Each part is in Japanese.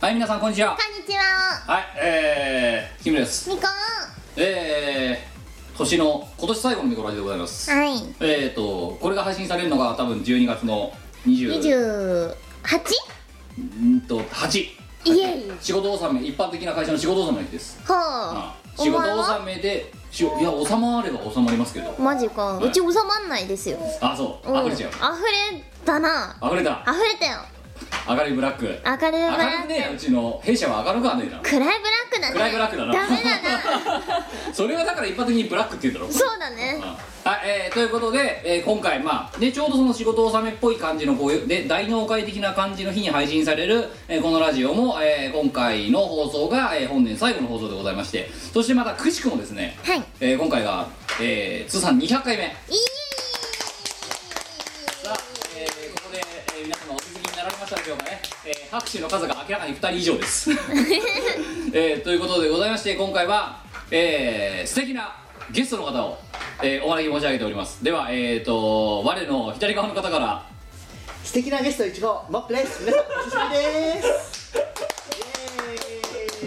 はい皆さんこんにちはこんにちははいえー、キムですみこえー、年の今年最後のミコラジでございますはいえーとこれが配信されるのが多分12月の20 28? うんと8イエイ仕事納め一般的な会社の仕事納めの日です、ほううん仕事納めでしいや収まれば収まりますけどマジかうんうち収まんないですよあそううん溢れちゃう溢れたな溢れた溢れたよ明るいブラック明るいブラ明るくックねえなうちの弊社は明るくはねえな暗いブラックだね暗いブラックだなダメ だなそれはだから一般的にブラックって言うんだろそうだうんねはい、えーということで、えー今回まあねちょうどその仕事納めっぽい感じのこういうで大納会的な感じの日に配信される、えーこのラジオも、えー今回の放送が、えー本年最後の放送でございましてそしてまたくしくもですね、はいえー今回が、えー通算200回目イエさ あ、えーここで、えー皆様お気づきになられましたでしょうかね、えー拍手の数が明らかに2人以上です、 えーということでございまして今回は、えー素敵なゲストの方を、えーお招き申し上げておりますではえーと我の左側の方から素敵なゲストいちごモップです皆さんお久しぶりですイ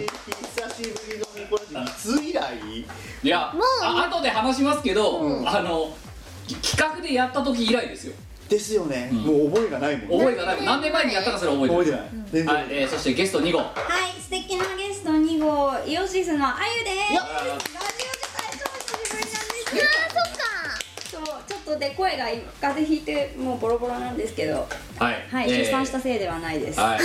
エーイ久しぶりのミコラジいつ以来いやもうあ後で話しますけど、うんあの企画でやった時以来ですよですよね、もう覚えがないもんね覚えがない何年前にやったかそれ覚えて覚えるてない、全然はい、えーそしてゲスト2号はい、素敵なゲスト2号、イオシスのあゆです。よっラジオで最初の久しぶりイなんであーそっかすけど、そう、ちょっとで声が風邪ひいてもうボロボロなんですけど、はい、はい、えー出産したせいではないです。はい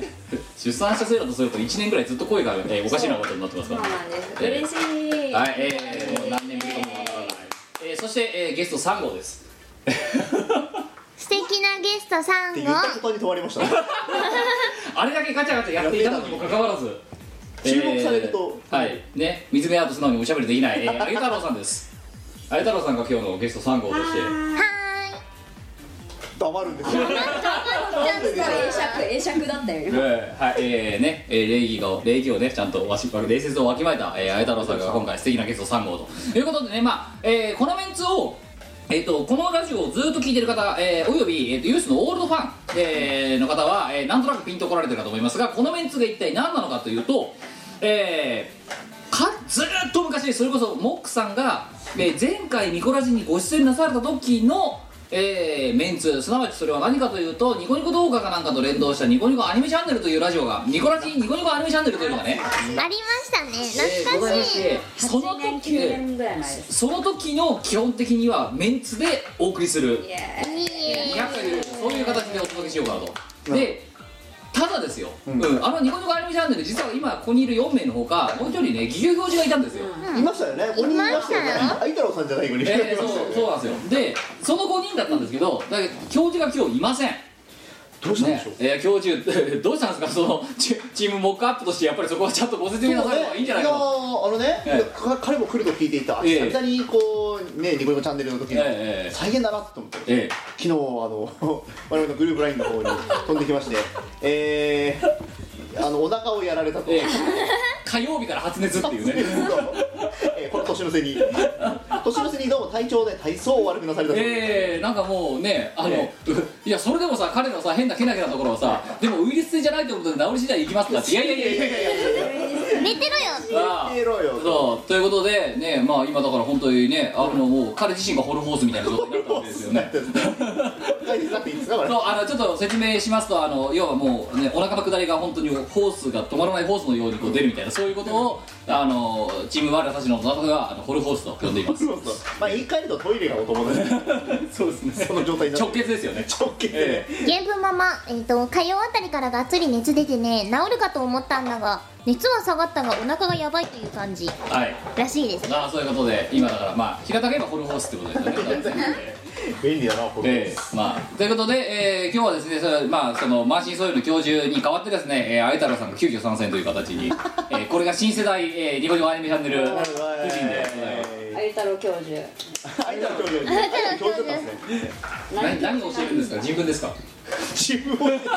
出産したせいだとすると1年ぐらいずっと声が、えーおかしなことになってますそかうらなんです。えー嬉しい。はい、えー、もう何年ぶりかもわからない、えー、そして、えー、ゲスト3号です 素敵なゲストさっんてを言った途端に止まりましたねあれだけガチャガチャやっていたのにもかかわらず注目されるとえーはいね水辺アート素直におしゃべりできない、えー、あげ太郎さんですあげ太郎さんが今日のゲスト3号としては黙るんですよなんか英釈、英釈だったよ。えーはいえーね、えー礼儀が礼儀をねちゃんとわし礼節をわきまえた、えー、綾太郎さんが今回素敵なゲスト3号ということでねまあ、えーこのメンツをえっとこのラジオをずっと聞いてる方、えーおよび、えーとユースのオールドファン、えーの方は、えーなんとなくピンとこられてるかと思いますがこのメンツが一体何なのかというと、えーかずーっと昔それこそモックさんが、えー前回ミコラジにご出演なされた時の、えーメンツすなわちそれは何かというとニコニコ動画かなんかと連動したニコニコアニメチャンネルというラジオがニコラジニコニコアニメチャンネルというのがねいありましたねえーご懐ざいかまししいてその8年、時9年ぐらい前です。その時の基本的にはメンツでお送りするイエーイいいえ200回でそういう形でお届けしようかなとでただですよ、うんうんあのニコニコアニメチャンネル実は今ここにいる4名のほかもう一人ね義勇教授がいたんですよ、いましたよね5人いましたよねいましたよあいたろうさんじゃないのに、えーいまそうしたよねそうなんですよでその5人だったんですけどだけど教授が今日いませんどうしたんでねしょう、えー教授 どうしたんですかそのチチームモックアップとしてやっぱりそこはちゃんとご説明なさればいいんじゃないかやとーあのね、ええか彼も来ると聞いていた、ええ久々にこうねニコニコチャンネルの時に、ええええ再現だなと思って、え昨日あの我々のグループラインの方に飛んできましてえー、あのお腹をやられたと、えええ 火曜日から発熱っていうね えーこの年の瀬に年の瀬にどうも体調で体操を悪くなされたと、ええなんかもうねあの、え いやそれでもさ彼のさ変なけなげなところはさでもウイルス性じゃないということで治り次第行きますとかっていやいやいやいやいやいや寝てろよああ寝ろよそうということでねまあ今だから本当にねあのもう彼自身がホルホースみたいな状態になったわけですよね大切だっていいんですかこれそうあのちょっと説明しますとあの要はもうねお腹の下りが本当にホースが止まらないホースのようにこう出るみたいなそういうことをあのチーム我たちの中ではあのホルホースと呼んでいますそうそうまあ言い換えるとトイレがお友達そうですねその状態にな直って結ですよね直径えゲームママ、えー、と火曜あたりからがっつり熱出てね治るかと思ったんだが熱は下がったがお腹がやばいという感じはいらしいですねまあそういうことで今だからまあ平たく言えばホルホースってことですよね便利だなこれ、ええまあということで、えー今日はですねそれまあそのマーシンソイル教授に代わってですね、えー、あゆたろさんが急遽参戦という形に、えーこれが新世代、えー、ニコニコアニメチャンネル夫人でございますあゆ太郎教授。あいた教授教授だったんですね何何を教えるんですか人文ですか自分をいや経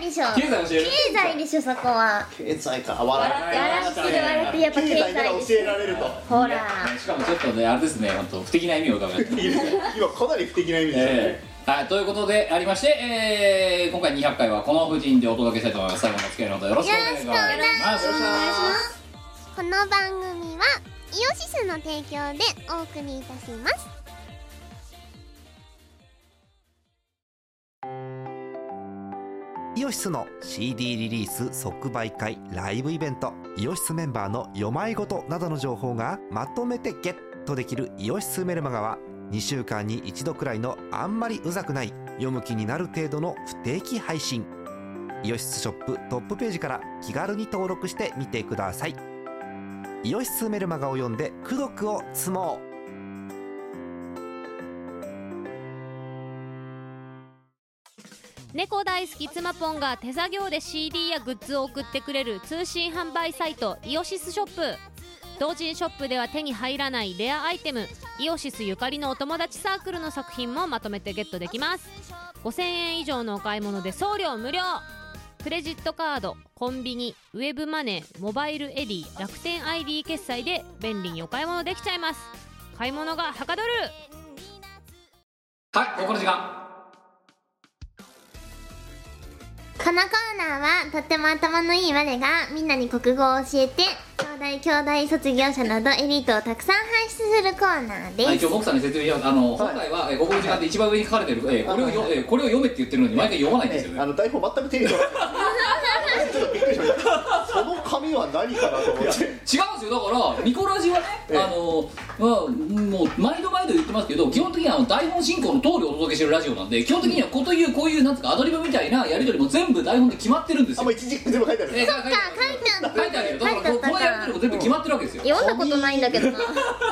済でしょ経済教える経済でしょそこは経済か笑い笑って笑ってやっぱ経経済な済らで教えしょら れるとほら しかもちょっとねあれですね本当不敵な意味を伺いました今かなり不敵な意味ですよね、ええはい、ということでありまして、えー今回200回はこの布陣でお届けしたいと思います最後までお付き合いのほどよろしくお願いしますよろしくお願いしよろしくお願いしますこの番組はイオシスの提供でお送りいたしますイオシスの CD リリース即売会ライブイベントイオシスメンバーの読まいごとなどの情報がまとめてゲットできる「イオシスメルマガ」は2週間に1度くらいのあんまりうざくない読む気になる程度の不定期配信イオシスショップトップページから気軽に登録してみてくださいイオシスメルマガを読んで「功徳を積もう」猫大好き妻ぽんが手作業で CD やグッズを送ってくれる通信販売サイトイオシスショップ同人ショップでは手に入らないレアアイテムイオシスゆかりのお友達サークルの作品もまとめてゲットできます5000円以上のお買い物で送料無料クレジットカードコンビニウェブマネーモバイルエディ楽天 ID 決済で便利にお買い物できちゃいます買い物がはかどるはいここの時間このコーナーはとっても頭のいい我がみんなに国語を教えて兄弟兄弟卒業者などエリートをたくさん輩出するコーナーです、はい、今日僕さんに説明しますあの、はい本来は、えーここの時間で一番上に書かれてる、えーこれをよ、はいえーこれを読めって言ってるのに毎回読まないんですよあねの台本全く手に取ら ないちょっとびっくりしましたその紙は何かなと思違うってんですよだからミコラジはね、ええあのまあ、もう毎度毎度言ってますけど基本的にはあの台本進行の通りお届けしてるラジオなんで基本的にはこういうこういうなんつうかアドリブみたいなやり取りも全部台本で決まってるんですあよもう一軸全部書いてあるえー書いそってかある書書いいてあったてあるよだからこう書いてあったかこうやり取りも全部決まってるわけですよ読んだことないんだけどな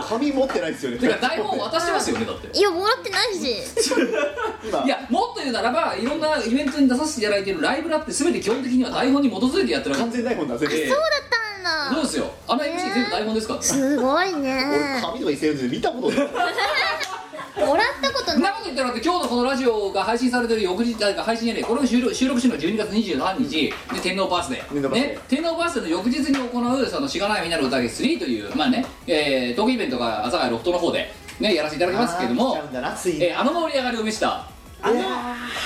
紙持ってないですよねてか台本渡してますよねだっていやもらってないし今いやもっと言うならばいろんなイベントに出させていただいてるライブだって全て基本的には台本に基づいてやってるわ完け全台本だぜ、ええなんそうだですよあの MC 全部台本ですからねすごい俺ね紙とか伊勢で見たことないもらったことそんなないこと言ったらだって今日のこのラジオが配信されてる翌日だから配信やねこれを収録収録してるのは12月23日、で天皇バースデ天皇ーバースデーね、天皇バースデーの翌日に行うそのしがないみんなの宴3というまあね、えー、トークイベントが阿佐ヶ谷ロフトの方でねやらせていただきますけどもあー来ちゃうんだなついにえーあの盛り上がりを見せたあの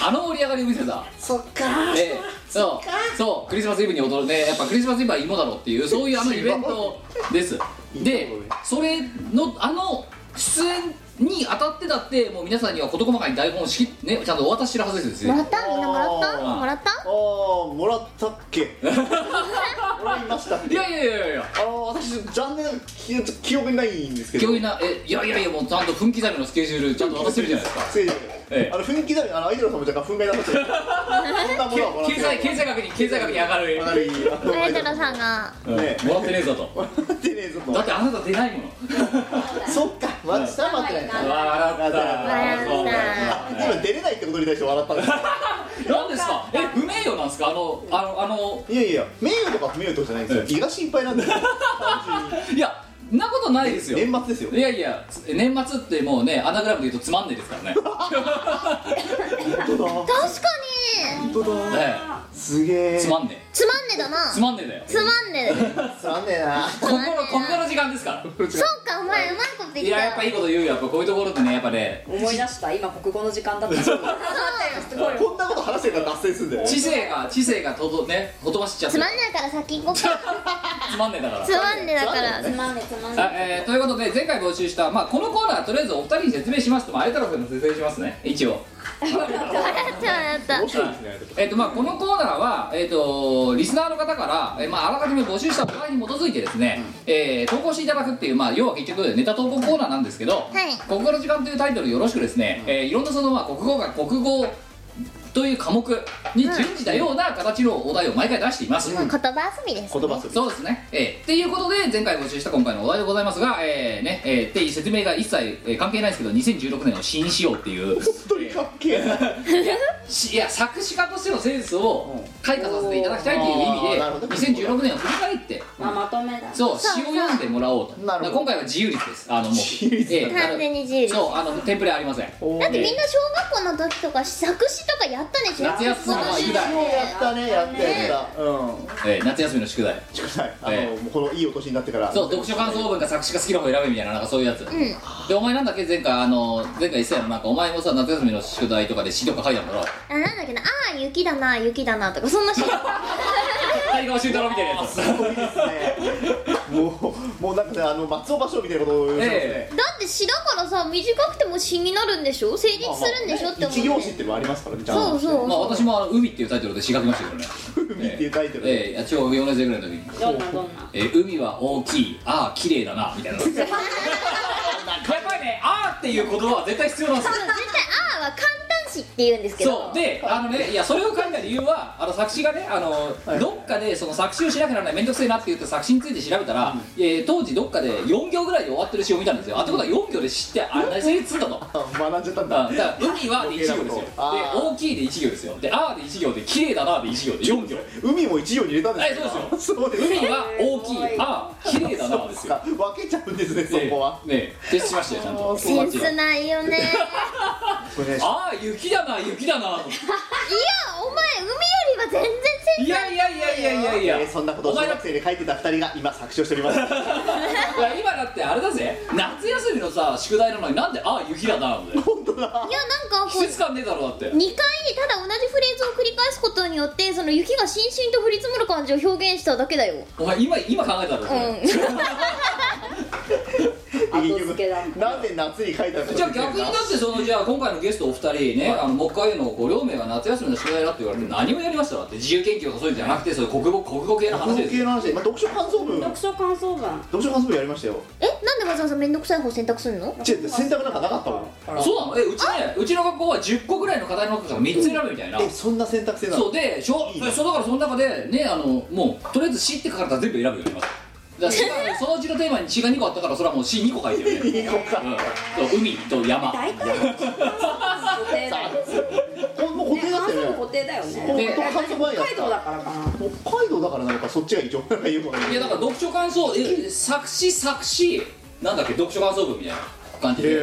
あの盛り上がりを見せたそっかーええそうそうクリスマスイブに踊るねやっぱクリスマスイブは芋だろっていうそういうあのイベント ですでそれのあの出演に当たってだってもう皆さんには事細かに台本をしき、ね、ちゃんとお渡ししてるはずですよもらねったみんなもらったあーもらったあーもらったっけもらいましたっいけやいやいやいやあの私残念ながら記記憶にないんですけど急になえいやいやいやもうちゃんと分刻みのスケジュールちゃんと渡してるじゃないですかすげえええあの雰囲気だけあのアイドルさんも若干憤慨なさっ てるそんなものはもらって経済経済学に経済学に上がる上がるいいあのアイドルさんがうんねもらってねえぞともらってねえぞとだってあなた出ないものそっかまあ下は待ってないはい笑った笑今出れないってことに対して笑ったんですよ何ですかえ不名誉なんですかあのあのあのいやいや名誉とか不名誉とかじゃないんですよええ胃が心配なんですよ単純いにやんなことないですよ年末ですよいやいやつ年末ってもうねアナグラムで言うとつまんねえですからね確か本当だに本当だねすげえつまんねえつまんねだなつまんねえだよつまんねつまんねえなここのここの時間ですかそうかお前うまいことら言いってたややっぱいいこと言うよやっぱこういうところってねやっぱね思い出した今国語の時間だった そうだよすごいこんなこと話してたら脱線するんだよ知性が知性がとどねほとばしっちゃってつまんないから先行こうかつまんねえだからつまんねだからつまんねつまんあねえーということで前回募集した、まあ、このコーナーとりあえずお二人に説明しますとまああれたらの説明しますね一応笑っちゃう笑面っ白いですねえっとまあ、このコーナーは、えっとリスナーの方から、えまあ、あらかじめ募集したお題に基づいてですね、えー投稿していただくっていう、まあ、要は結局ネタ投稿コーナーなんですけど「い国語の時間」というタイトルよろしくですね、えーいろんなその、まあ、国語が国語という科目に準じたような形のお題を毎回出しています、た言葉遊びです言葉遊びそうですね、えー、っていうことで前回募集した今回のお題でございますが、えーねえーって説明が一切、えー関係ないですけど2016年を新仕様っていう本当にかっけえなしいや作詞家としてのセンスを開花させていただきたいといううんあーなるほど意味で2016年を振り返ってまあまとめだそう詩を読んでもらおうとなるほど今回は自由率ですあのもう自由率ええ完全に自由ですあのそうあのテンプレありませんだってみんな小学校の時とか作詞とかやったでしょ夏休みの宿題、やったねやったやったうんええ夏休みの宿題ちくさいあえのもうこのいいお年になってからそう読書感想文か作詞家好きな方選べみたいななんかそういうやつ、うんでお前なんだっけ前回あの前回一切のなんかお前もさ夏休みの宿題とかで詩とか書いたんだろあなんだっけなあー雪だな雪だなとかそんなし谷川俊太郎みたいなやつごいですねもうもうなんかねあの松尾芭蕉みたいなことを言ってますえね、だって詩だからさ短くても詩になるんでしょ成立するんでしょって思って、一行詞っていうのはありますからねちゃんとそうそうまあ私もあの「海」っていうタイトルで詩書きましたけどね海っていうタイトルええいや小4年生ぐらいの時にどんなどんなえー海は大きいああ綺麗だなみたいなやっぱりねああっていう言葉は絶対必要なんですよ絶対「あ」は簡単詞って言うんですけどそうであのねいやそれを書いた理由はあの作詞がねあの、はいどっかでその作詞をしなきゃならない面倒くせえなって言って作詞について調べたら、えー当時どっかで4行ぐらいで終わってる詩を見たんですよあってことは4行で知ってあれ成立するんだと。あ学んじゃったんだあだから海はで1行ですよであー大きいで1行ですよであーで1行で綺麗だなで1行で4行海も一行に入れたんですはいそうですよそうです海かは大きいあー綺麗だなですよ分けちゃうんですねそこはねえ徹しましたよちゃんとセンスないよねいやこれねああ雪だな雪だなお前海よりは全然センいやいやいやいやいやいや、えーそんなことをお小前だっ学て生で書いてた二人が今作詞をしておりますいや今だってあれだぜ夏休みのさ宿題なのになんでああ雪だななんだ よ本当だスいやなんかこ季う節感ねえだろだって2回でただ同じフレーズを繰り返すことによってその雪がしんしんと降り積もる感じを表現しただけだよお前今今考えたろそ れうん後付けだ結局なんで夏に書いたのかじゃあ逆にだってそのじゃあ今回のゲストお二人ね、あのもう一回のご両名が夏休みの宿題だって言われて何をやりましたかって自由研究とかそういうんじゃなくてそういう国語国語系の話文です系よの話まあ、読書感想文読読書感想文書感想文やりましたよえなんでわざわざ面倒くさい方選択するの違う選択なんかなかったもんそうなのえうちねうちの学校は10個ぐらいの課題の中から3つ選ぶみたいな、えそんな選択肢なのそうでしょいいねそうだからその中でねあのもうとりあえず「死」って書かれたら全部選ぶよねまずだから詩がそのうちのテーマに「詩」が2個あったからそれはもう「死」2個書いてるよね いい子かうんそう海と山大体固定だよねこれもう固定だった感よ想文ね固定だよねで北海道だからかな北海道だからなのかそっちが一応なんか言うもんねいやだから読書感想え作詞作詞なんだっけ読書感想文みたいな感じでへ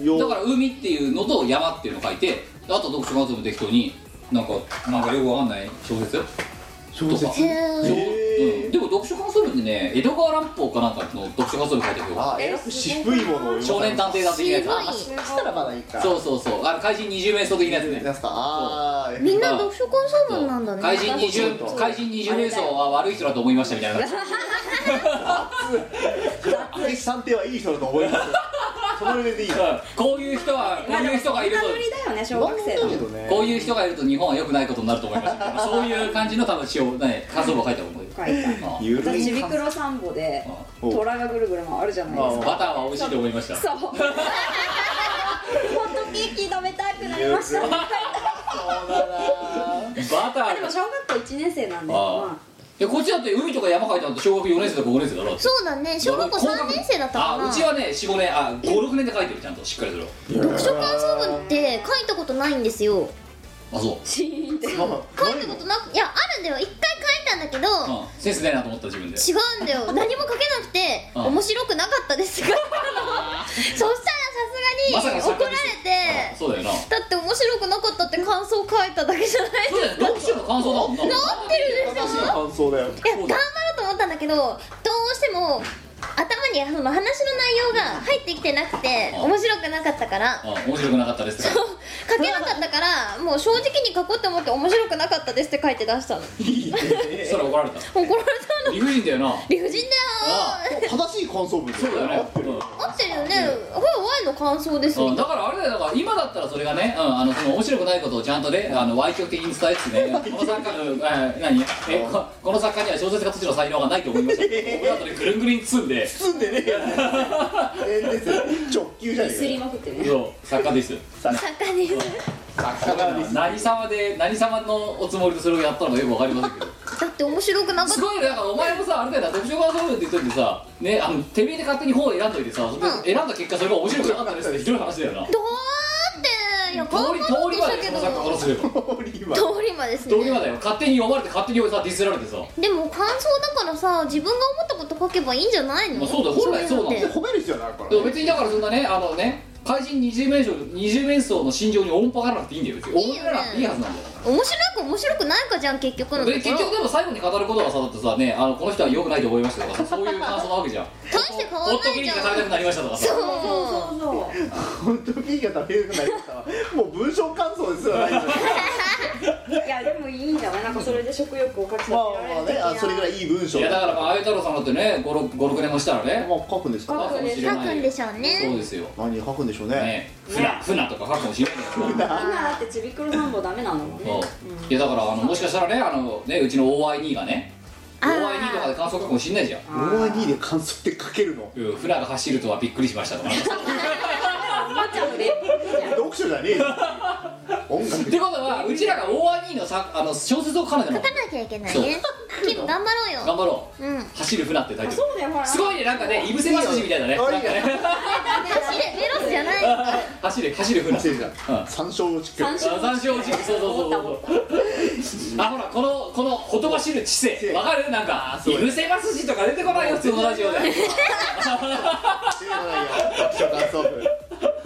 えよだから海っていうのと山っていうの書いてあと読書感想文適当になんかなんかよくわかんない小説小とかへーへーうんでも読書感想文ってね江戸川乱歩かなんかの読書感想文書いてるよあえらく渋いものを少年探偵団的なやつ渋いそしたらまだいいかそうそうそうあの怪人二十面相的なやつなねんですかあーみんな読書感想文なんだね怪人二十そう怪人二十面相は悪い人だと思いましたみたいな明石探偵はいい人だと思いますその上でいいよこういう人はこういう人がいると今乗りだよね小学生だけのどねこういう人がいると日本は良くないことになると思いましたみたいなそういう感じの多分詩をね感想文を書いたと思うよ書いたあゆる私ちびいくろ散歩でうん虎がぐるぐる回るじゃないですあかバターは美味しいと思いましたそうホットケーキ食べたくなりましたバタあーでもが小学校1年生なんであまいやこっちだって海とか山書いたのって小学4年生とか5年生だろ そうだね小学校3年生だったかあなうちはね45年あ56年で書いてるちゃんとしっかりする読書感想文って書いたことないんですよあそう、あシーンって まあ書いたことなくいやあるんだよ一回書いたんだけどうん、センスないなと思った自分で違うんだよ何も書けなくてうん面白くなかったですが そしたらまささすがかにそ怒れられてそうだよなだって面白くなかったって感想書いただけじゃないそうだよ読書の感想だもんな治ってるでし正しいょ感想だよいや頑張ろうと思ったんだけどどうしても頭にその話の内容が入ってきてなくてうん面白くなかったからあ面白くなかったですとか書けなかったからもう正直に書こうと思って面白くなかったですって書いて出したのそれ怒られた怒られたの理不尽だよな理不尽だよあ正しい感想文そうだね、合ってるよねこれワイの感想ですうんみだたいからあれだよだから今だったらそれがね、うん、あのその面白くないことをちゃんとねあの歪曲的に伝えつつねこの作家、うん、あ何えここの作家には小説家としての才能がないと思いま したこの後でぐるんぐるんに包んで包んでねえやつえですよ直球じゃねすえりよまくってねそう作家ですな作家です作家なんです何様で何様のおつもりでそれをやったのかよくわかりませんけどだって面白くなかっすたごいねだからお前もさあれだよな読書感想文って言っといてさねあのてめえで勝手に本を選んどいてさそれうん選んだ結果それが面白くなかったですってひどい話だよなどうっていや通頑り張ろ通うとりしまたでけそのど作家からすれば通りは通り魔です通りまねでよ勝手に読まれて勝手にさディスられてさでも感想だからさ自分が思ったこと書けばいいんじゃないのまあそうだよ本来そうなんだいよのっでて褒める必要ないからでも別にだからそんなねあのね怪人二十面相二十面相の心情に音波がなくていいんだよ別にいいよね音波がなくていいはずなんだよだから面白く面白くないかじゃん結局のとこでろ結局でも最後に語ることがさだってさねあのこの人は良くないと思いましたとかさそういう感想なわけじゃん大して変わんないじゃんホットケーキが食べたくなりましたとかさそうそうそう本当にいい方見えなくなりましたわもう文章感想ですよ ねいやでもいいんじゃないなんかそれで食欲をかき立てまあられまあるねあそれぐらいいい文章いやだからまああゆ太郎さんだってね56年もしたらねまあ書くんですあかるかもしれ 書なくいんよでしょうそうねですよ何書くんでしょうねねふなふなとか書くかもしれないけど的な今だってちびくろさんぼダメなのもんねそういやだからあのもしかしたらねあのねうちの OI2 がねあー OI2 とかで感想書くかもしれないじゃん OID で感想って書けるのうんフラが走るとはびっくりしましたとかおもちゃのレポートじゃん読書じゃねえよ音楽ってことはうちらが OI2 のさあの小説を書かないとな書かなきゃいけないねキム頑張ろうよ頑張ろううん走る船ってタイあトそうだよほらルすごいねなんかねいぶせましみたいだねいいよなんかね走れメロスじゃない走る走る船忘れてたうん参照をしっか三り種山椒チップそうそうそうそうあほらこのこのほとばしる知性わかるなんかそういぶせますしとか出てこないよ普通のラジオでしてないよ読書感想文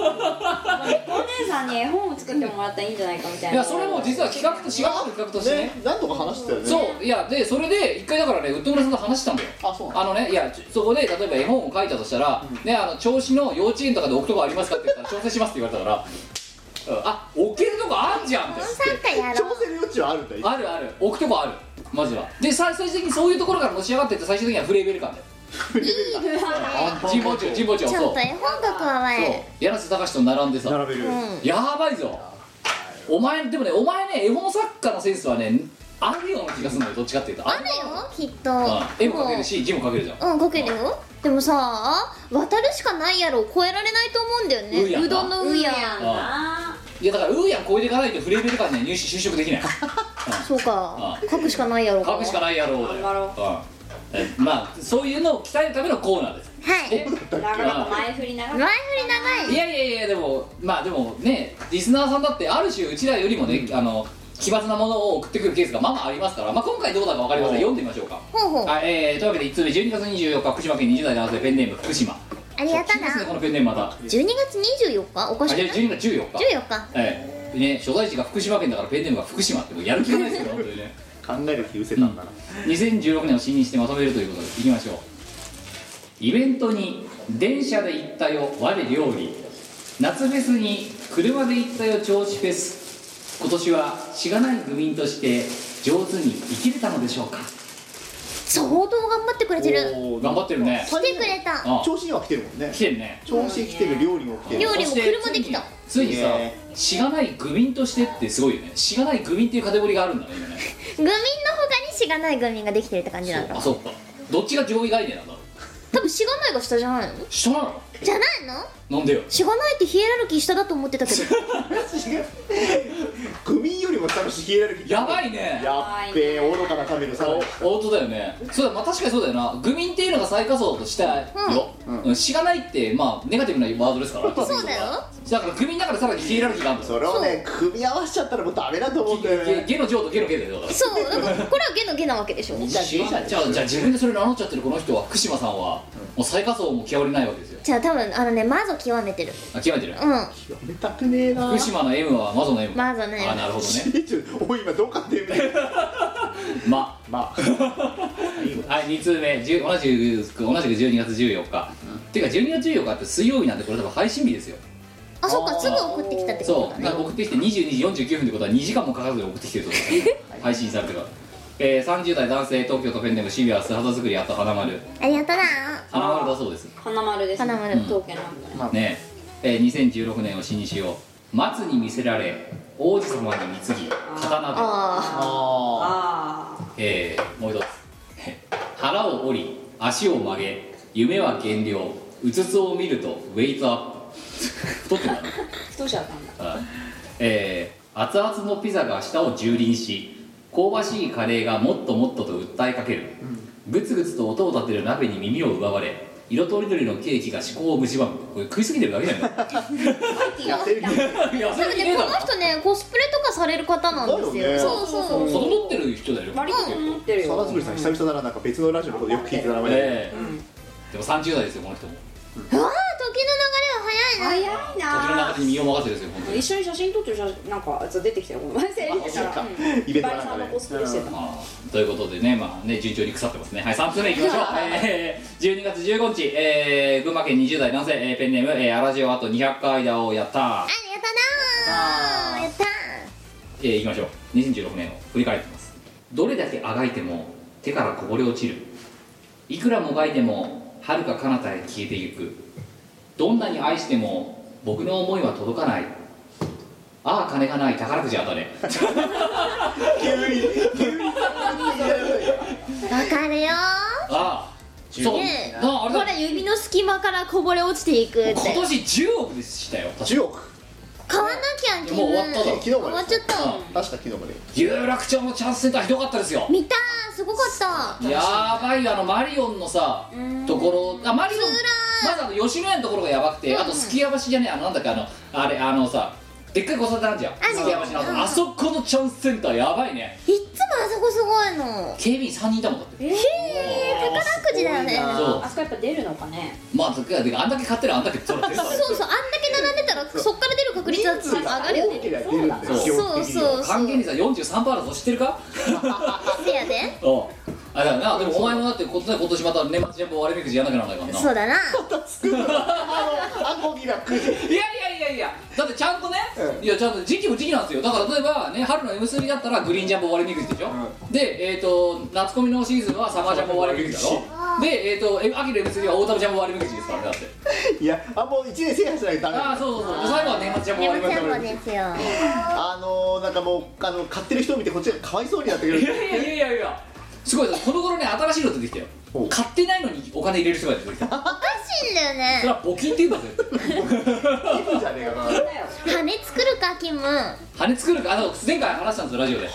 お姉さんに絵本を作ってもらったらいいんじゃないかみたいないやそれも実は企画と4月の企画としてねね何度か話してたよねそういやでそれで一回だからねウッド村さんと話したんだよあそうなのあのねいやちょそこで例えば絵本を書いたとしたら、ねあの調子の幼稚園とかで置くとこありますかって言ったら調整しますって言われたから、うんあ置けるとこあんじゃんって4三回やろ調う整の余地はあるんだよあるある置くとこあるまずはで最最終的にそういうところからのし上がってって最終的にはフレーベル感で神保町神保町ちゃんそうと絵本が加わそうる柳瀬隆と並んでさ並べるうんやばいぞお前でもねお前ね絵本作家のセンスはねあるような気がするのよどっちかっていうとあるよきっとうん絵も描けるし字も描けるじゃんうん書けるよでもさ渡るしかないやろ超えられないと思うんだようやなねうどんのううややんないやだからウーヤン超えていかないとフレーベル感には入試就職できないそうかう書くしかないやろ書くしかないやろうだ頑張ろよう、んえ、まあそういうのを鍛えるためのコーナーですはいえなかなか前振り長前かっ振り長いいやいやいやでもまあでもねリスナーさんだってある種うちらよりもね、あの奇抜なものを送ってくるケースがまあまあありますから、まあ、今回どうだかわかりません読んでみましょうかほうほうはい、えー、というわけで1通目12月24日福島県20代男性ペンネーム福島ありがた大きいですねこなのペンネームまたあ12月24日おかしくじなゃあい12月14日14日ええね、所在地が福島県だからペンネームが福島ってもうやる気がないですよ本当にね考える気失せたんだな2016年を新にしてまとめるということでいきましょうイベントに電車で行ったよ我料理夏フェスに車で行ったよ調子フェス今年はしがない愚民として上手に生きれたのでしょうか相当頑張ってくれてるおー頑張ってるね来てくれたあ調子には来てるもんね来てるね調子来てる料理も来てる 料理も車で来たついについにさね「しがない愚民として」ってすごいよねしがない愚民っていうカテゴリーがあるんだね今ねグミの他にしがないグミができてるって感じなんだあそっかどっちが上位概念なんだろう多分しがないが下じゃないの下なのじゃないのなんでよしがないってヒエラルキー下だと思ってたけどグミよりも楽しいヒエラルキーやばいねやっべえ愚かな神のさらに本当だよねそうだ、まあ、確かにそうだよな愚民っていうのが最下層としてよ、うんうん、しがないってまあネガティブなワードですからそうだよだから愚民の中でさらにヒエラルキーがあるんですよそれをね組み合わせちゃったらもうダメだと思うんだよゲねゲの上とゲの下だよだからそうだからこれはゲのゲなわけでしょじゃあしがないじゃあじゃあ自分でそれ名乗っちゃってるこの人は福島さんはもう最下層も極まりないわけですよじゃあ多分あのねマゾ極めてるあ極めてるうんやめたくねえ な福島の M はマゾの M マゾの M あなるほど ねえちょおい今どうかってみたいなままあ はい、2通目10同じく同じく12月14日、っていうか12月14日って水曜日なんでこれ多分配信日ですよあそっかすぐ送ってきたってこそとうだだからね送ってきて22時49分ってことは2時間もかからずに送ってきてるってことですね配信されてから、えー、30代男性東京都ペンネームシビア素肌作りあと花丸ありがとうな花丸だそうですた花丸ですね花丸東京なんだねねえ、えー、2016年を死にしよう松に見せられ王子様に貢ぎ刀で、あああえー、もう一つ腹を折り足を曲げ夢は減量うつつを見るとウェイトアップ太ってたねあ太っちゃったんだはい えー熱々のピザが舌を蹂躙し香ばしいカレーがもっともっとと訴えかける、グツグツと音を立てる鍋に耳を奪われ色とりどりのケーキが思考を蝕むこれ食いすぎてるだけじゃないかあ痩せる気いやそあれででねねえこだの人ねコスプレとかされる方なんですだよよねそうそう子供ってる人だよ割と思ってるよ沢田作さん久々だななんか別のラジオのことよく聞いてた名前だけどええでも30代ですよこの人もうわあ時の流れはな早い時のな中に身を任せですよ本当に一緒に写真撮ってる写真なんかあいつ出てきたよこの前セレブでしたらあそっかうんイベントバなんかでリさんのコスプレしてたあーということでね、まあね、順調に腐ってますね。 はい、3つ目いきましょう。えー、12月15日、えー群馬県20代男性、えーペンネーム、えー、アラジオあと200回だをやったありがとうなーやったえー、いきましょう。2016年を振り返ってます。どれだけあがいても、手からこぼれ落ちる。いくらもがいても、遥か彼方へ消えてゆく。どんなに愛しても、僕の思いは届かない。ああ、金がない、宝くじ当たれ。ーわかるよああ、そう。ねえなああれほだら指の隙間からこぼれ落ちていくって今年10億でしたよ。確か10億買わなきゃ気分もう終わったぞ昨日まで終わっちゃった確か昨日まで有楽町のチャンスセンターひどかったですよ見たすごかったやばいよあのマリオンのさところあマリオンまずあの吉野家のところがやばくて、あとすき家橋じゃねえあのなんだっけあのあれあのさでっかい交差点あるじゃんすき家橋のあそこあそこのチャンスセンターやばいねいっつもあそこすごいの警備員3人いたもんだってえー宝くじだよねそうあそこやっぱ出るのかねまあてかてかあんだけ買ってるあんだけ取れ てるからそうそうあんだけ並んでたらそっから出る確率は上がるよね出るんだよそう基本そう的にそはうそ還う元率は43%だぞ知ってるかせやでおうあだからなでもお前もだって今年今年また年末ジャンボ割れみくじやんなきゃならないからなそうだなあの暗号疑惑いやいやいやいやだってちゃんとね、ういやちゃんと時期も時期なんですよだから例えばね春の M3 だったらグリーンジャンボ割れにくじでしょ、でえっ、と夏コミのシーズンはサマージャンボ割れにくじだろでえっ、とえ秋の M3 はオータムジャンボ割れにくじですからねだっていやあもう1年制覇しないとダメああそうそうそう最後は年末ジャンボで割もちれにゃんくぽじですよあのー、なんかもうあの買ってる人を見てこっちがかわいそうになってくるいやいやいやいやすごいですこの頃ね新しいの出てきたよお買ってないのにお金入れる人が出 てきたそおかしいんだよねれは募金って言うんだぜいいんじゃねえかなだよ羽作るかキム羽羽作るかあの前回話したんですよラジオで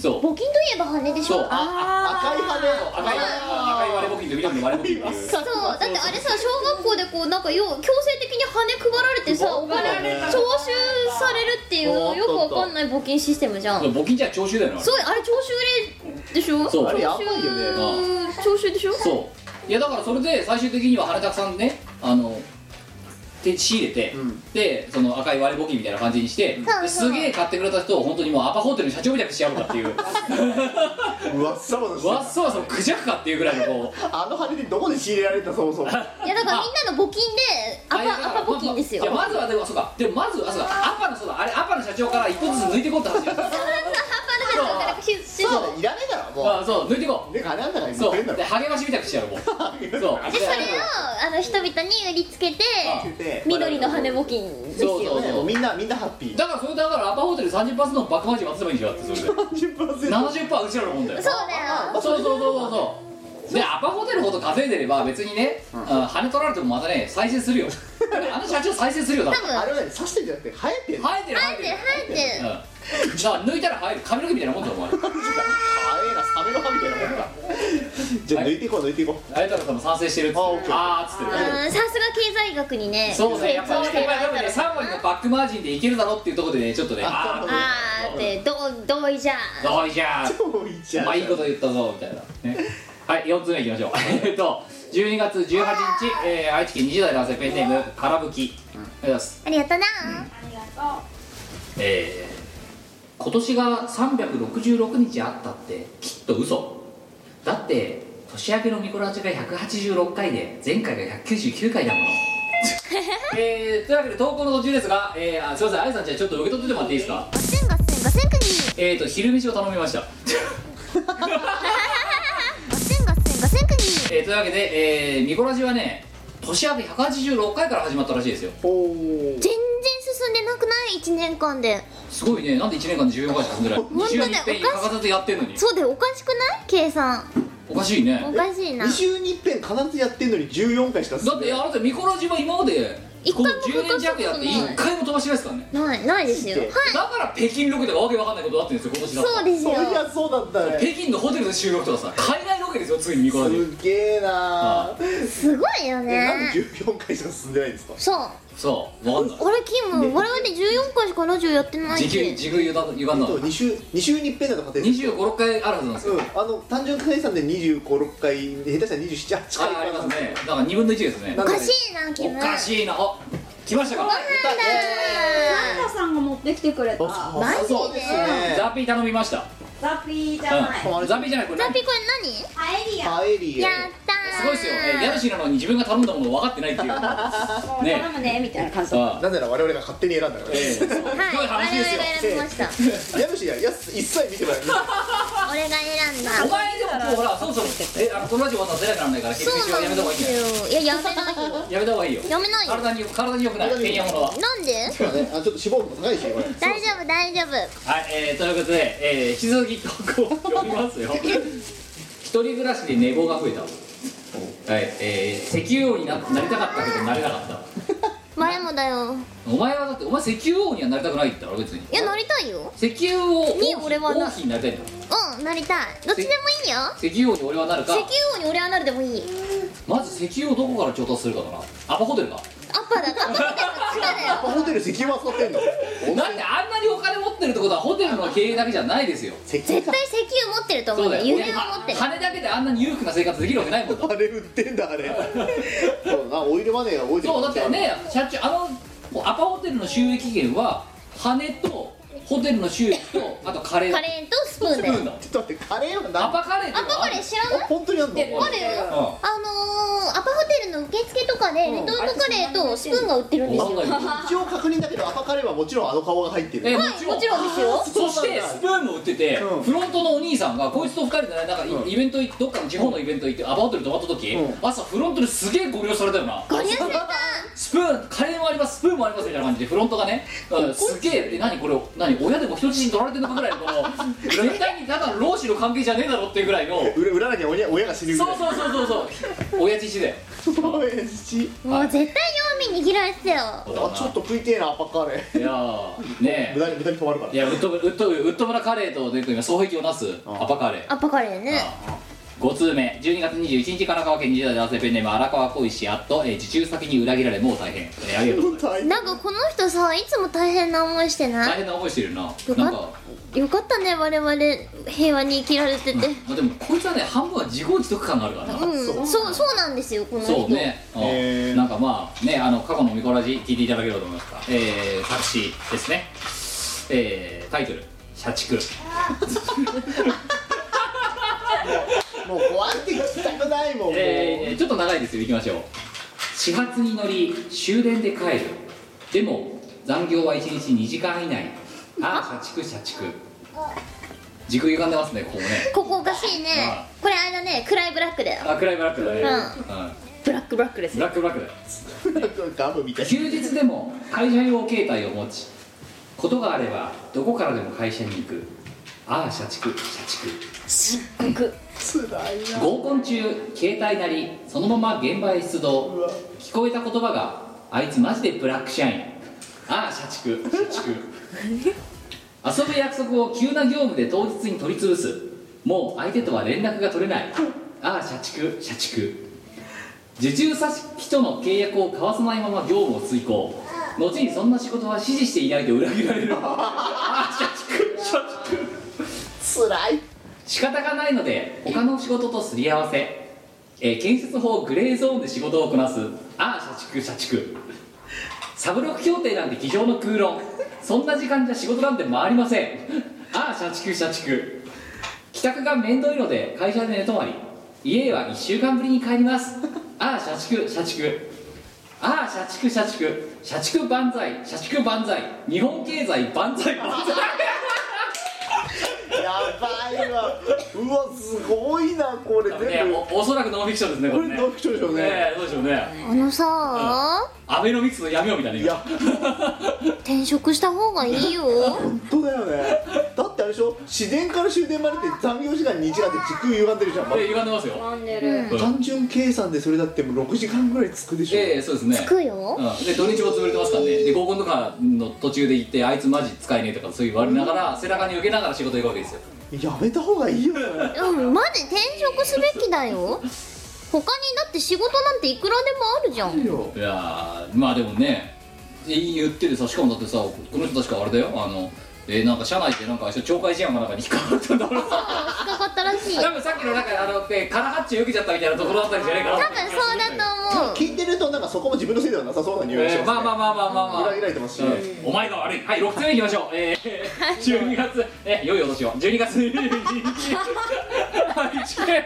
そう募金といえば羽でしそょうあ赤い羽赤い赤い割れ募金と緑の割れ募金っていうそうだってあれさ小学校でこうなんかよう強制的に羽配られてさお金徴収されるっていおっとうっとよくわかんない募金システムじゃん募金じゃ徴収だよなそうあれ徴収令でしょそうあれやばいよね徴収徴収でしょそういやだからそれで最終的には羽田さんねあので仕入れて、うんでその赤い割れ募金みたいな感じにして、そうですげえ買ってくれた人を本当にもうアパホテルの社長みたくしてやろうかっていううわっさまだしわっそうそのクジャクかっていうぐらいのこ うあの羽でどこで仕入れられたそもそもいやだからみんなの募金でアあいやだかパらアパ募金ですよまあまあいやまずはでもそうかでもまずはそうかアパのそうだあれアパの社長から一歩ずつ抜いていこうって話だよそうだいらねえだろもああそう抜いていこうね金あんだからう言っそうてんだでろ励ましみたくしてやろうもうそうでそれをあの人々に売りつけてで緑の羽募金ですそうそようそうもうみんなみんなハッピーだからそれだからアパホテル30%の爆破値渡せばいいんじゃんってそれで30% 70%うちらのもんだよそうだよそうそうそうそうそうでアパホテルほど稼いでれば別にね、あ羽取られてもまたね再生するよあの社長再生するよだって多分あれはね刺してんじゃなくて生えてる生えてる生生えてる生えてえるてるうんじゃあ抜いたら生える髪の毛みたいなもんだよお前あえなサメの歯みたいなもんかじゃあ抜いていこう抜いていこうあやたろさんも賛成してるっつってあオッケーあーっつってうねんさすが経済学にねそうねやっぱ成長してるりやっぱり多分ね3割のバックマージンでいけるだろうっていうところでねちょっとねああーってど同意じゃんあどうじゃーそういっちゃうまあいいこと言ったぞみたいな、ね、はい4つ目いきましょう えっと12月18日、えー愛知県20代男性ペンネームからぶきありがとうございますありがとうなありがとうえー今年が366日あったってきっと嘘だって年明けのミコラチが186回で前回が199回だ ものえー、というわけで投稿の途中ですが、えー、あすいませんあやさんじゃあちょっと受け取ってもらっていいですかごせんごせんごせんくにえーと昼飯を頼みました、ごせんごせんごせんくにえーというわけで、えー、ミコラジはね年明け186回から始まったらしいですよお全然ー進んでなくない1年間ですごいねなんで1年間で14回しか進んでない本当2ね週にいっぺんおにか欠しかさずやってんのにそうでおかしくない計算おかしいねおかしいな2週に1遍必ずやってんのに14回しかだってあなたミコラジは今まで一こ回のも10年弱やって1回も飛ばしてないですからねないないですよはいだから北京ロケとかわけわかんないことになってるんですよ今年だってそうですそよういやそうだったね北京のホテルの収録とかさ海外ロケわけですよついにミコラジすげえなあーすごいよえなんでね14回しか進んでないんですかそうそうわかんないあれキム我々14回しかラジオやってない時給し時給ゆがんだそう2週二週に一遍だと仮定25、6回あるはずなんですようん、あの単純計算で25、6回下手したら27、8あ回ーありますかねだから2分の1ですねおかしいなキおムかしいなあ来ましたかサンタさんが持ってきてくれたあマジでそうですねザピー頼みましたザピーじゃない、うんザピーじゃないこれザピこれパエリアパエリ何やアったすーごいですよね家主なのに自分が頼んだもの分かってないっていうあもう頼むねみたいな感じだっあなんなら我々が勝手に選んだから、ええひどいはい話ですよ我々が選びました家主ややつ一切見てない俺が選んだお前でももうほらそろそろえあのこのラジオまた出なくならないから結そ局うやめなんた方がいいんじでゃないすよいややめないよやめた方がいいよやめないよ体によく体に良くない体に変良なくないものはなんでねあちょっと脂肪分も高いし今大丈夫大丈夫はい、えー、ということで、えー、引き続き投稿を読みますよ一人暮らしで寝坊が増えたはい、えー、石油王にななりたかったけどなれなかった前もだよお前はだってお前石油王にはなりたくないって言ったろ別にいや乗りたいよ石油王に俺はな王妃になりたいんだうんなりたいどっちでもいいよ石油王に俺はなるか石油王に俺はなるでもいいまず石油をどこから調達するかだなアパホテルかアッパーだアッパーみたいな力だやっぱよホテル石油は使ってんのだってあんなにお金持ってるってことはホテルの経営だけじゃないですよ石油絶か対石油持ってると思そううだねよ油田を持ってる金だけであんなに裕福な生活できるわけないもん だあれ売ってんだあれそうだなオイルマネーが動いてるそうだってね社長あのアパホテルの収益源は羽とホテルの収益とあとカレーカだレーとスプーンだスプーンよだちょっと待ってカレーはア何パカレーってアッパーカレー知らない本当にあんのあるよーうんあのー、アパホテルの受付とかでレトルトカレーとスプーンが売ってるんですよわかんないけど一応確認だけどアパカレーはもちろんあの顔が入ってえるもちろんもちろんですよそしてスプーンも売ってて、うんフロントのお兄さんがこいつと二人でねなんかい、うんイベント行ってどっかの地方のイベント行ってアパホテル泊まった時、うん朝フロントですげえご利用されたよなご利用されたスプーンカレーもありますスプーンもありますみたいな感じでフロントがね、うんすげええ何これ何親でも人質に取られてるのかぐらいのこの絶対にただの老子の関係じゃねえだろっていうぐらいの売ら売らなきゃ親親が死ぬぐそらういそうそうそうそう親父でだよそうしもう絶対弱み握られてたよあちょっと食いてえなアパカレーいやーね無駄に無駄に止まるからえいやウッドブウッドウッド村カレーとね今双璧をなすアパカレーアッパカレーね5通目12月21日神奈川県20代男性ペンネーム荒川小石あっと、えー受注先に裏切られもう大変、えーありがとうございます大なんかこの人さいつも大変な思いして大な変な思いしてるなよかなっんかよかったね我々平和に生きられててまあ、でもこいつはね半分は自業自得感があるからな、うんそうそうなんですよこのそ人うね、うんへーなんかまあねあの過去のミコラジ聞いていただければと思いますが、えー、作詞ですね、えー、タイトル「社畜」もう怖くて聞きたくないもんもうえー、ちょっと長いですよ行きましょう始発に乗り終電で帰るでも残業は1日2時間以内ああ社畜社畜軸歪んでますねここねここおかしいねあこれあれだね暗いブラックだよあ暗いブラックだね、ブラックブラックでうすん、ブラックブラックだよなんか ガムみたい休日でも会社用携帯を持ちことがあればどこからでも会社に行くああ社畜社畜つらいな合コン中携帯なりそのまま現場へ出う動わ聞こえた言葉が「あいつマジでブラック社員」「ああ社畜社畜」遊ぶ約束を急な業務で当日に取り潰すもう相手とは連絡が取れないああ社畜社畜受注先との契約を交わさないまま業務を遂行後にそんな仕事は指示していないと裏切られるああ社畜社畜つらい仕方がないので他の仕事とすり合わせ、えー建設法グレーゾーンで仕事をこなすああ社畜社畜サブロック協定なんて机上の空論そんな時間じゃ仕事なんて回りませんああ社畜社畜帰宅が面倒いので会社で寝泊まり家へは1週間ぶりに帰りますああ社畜社畜ああ社畜社畜社畜万歳社畜万歳日本経済万 歳万歳やばいわうわすごいなこれ全部ね、おおそらくノンフィクションですねこれねこれノンフィクションでしょうねねえどうでしょうねあのさアベノミクスの闇をみたいないや転職した方がいいよ本当だよねだってあれれでしょ自然から終電までって残業時間2時間で時空歪んでるじゃん、まえ歪んでますよ飲んでるうん単純計算でそれだってもう6時間ぐらいつくでしょ、ええそうですねつくようん、で土日も潰れてますからねで合コンとかの途中で行ってあいつマジ使えねえとかそう言われながら背中に受けながら仕事行くわけですよやめた方がいいようんマジ転職すべきだよ他にだって仕事なんていくらでもあるじゃんいやーまあでもね言っててさしかもだってさこの人確かあれだよあのえーなんか社内でなんかあいつ懲戒事案かなんかに引っかかったんだろうな引っかかったらしい多多分分さっきのなんかあのえーカラハッチ受けちゃったみたいなところだったんじゃないかなそうだと思う聞いてるとなんかそこも自分のせいではなさそうな匂いがしえーます、ねまあまあまあまあまあまあイライラしてますし、うんお前が悪いはい6つ目いきましょうえー、12月えー、良いお年を12月22日愛知県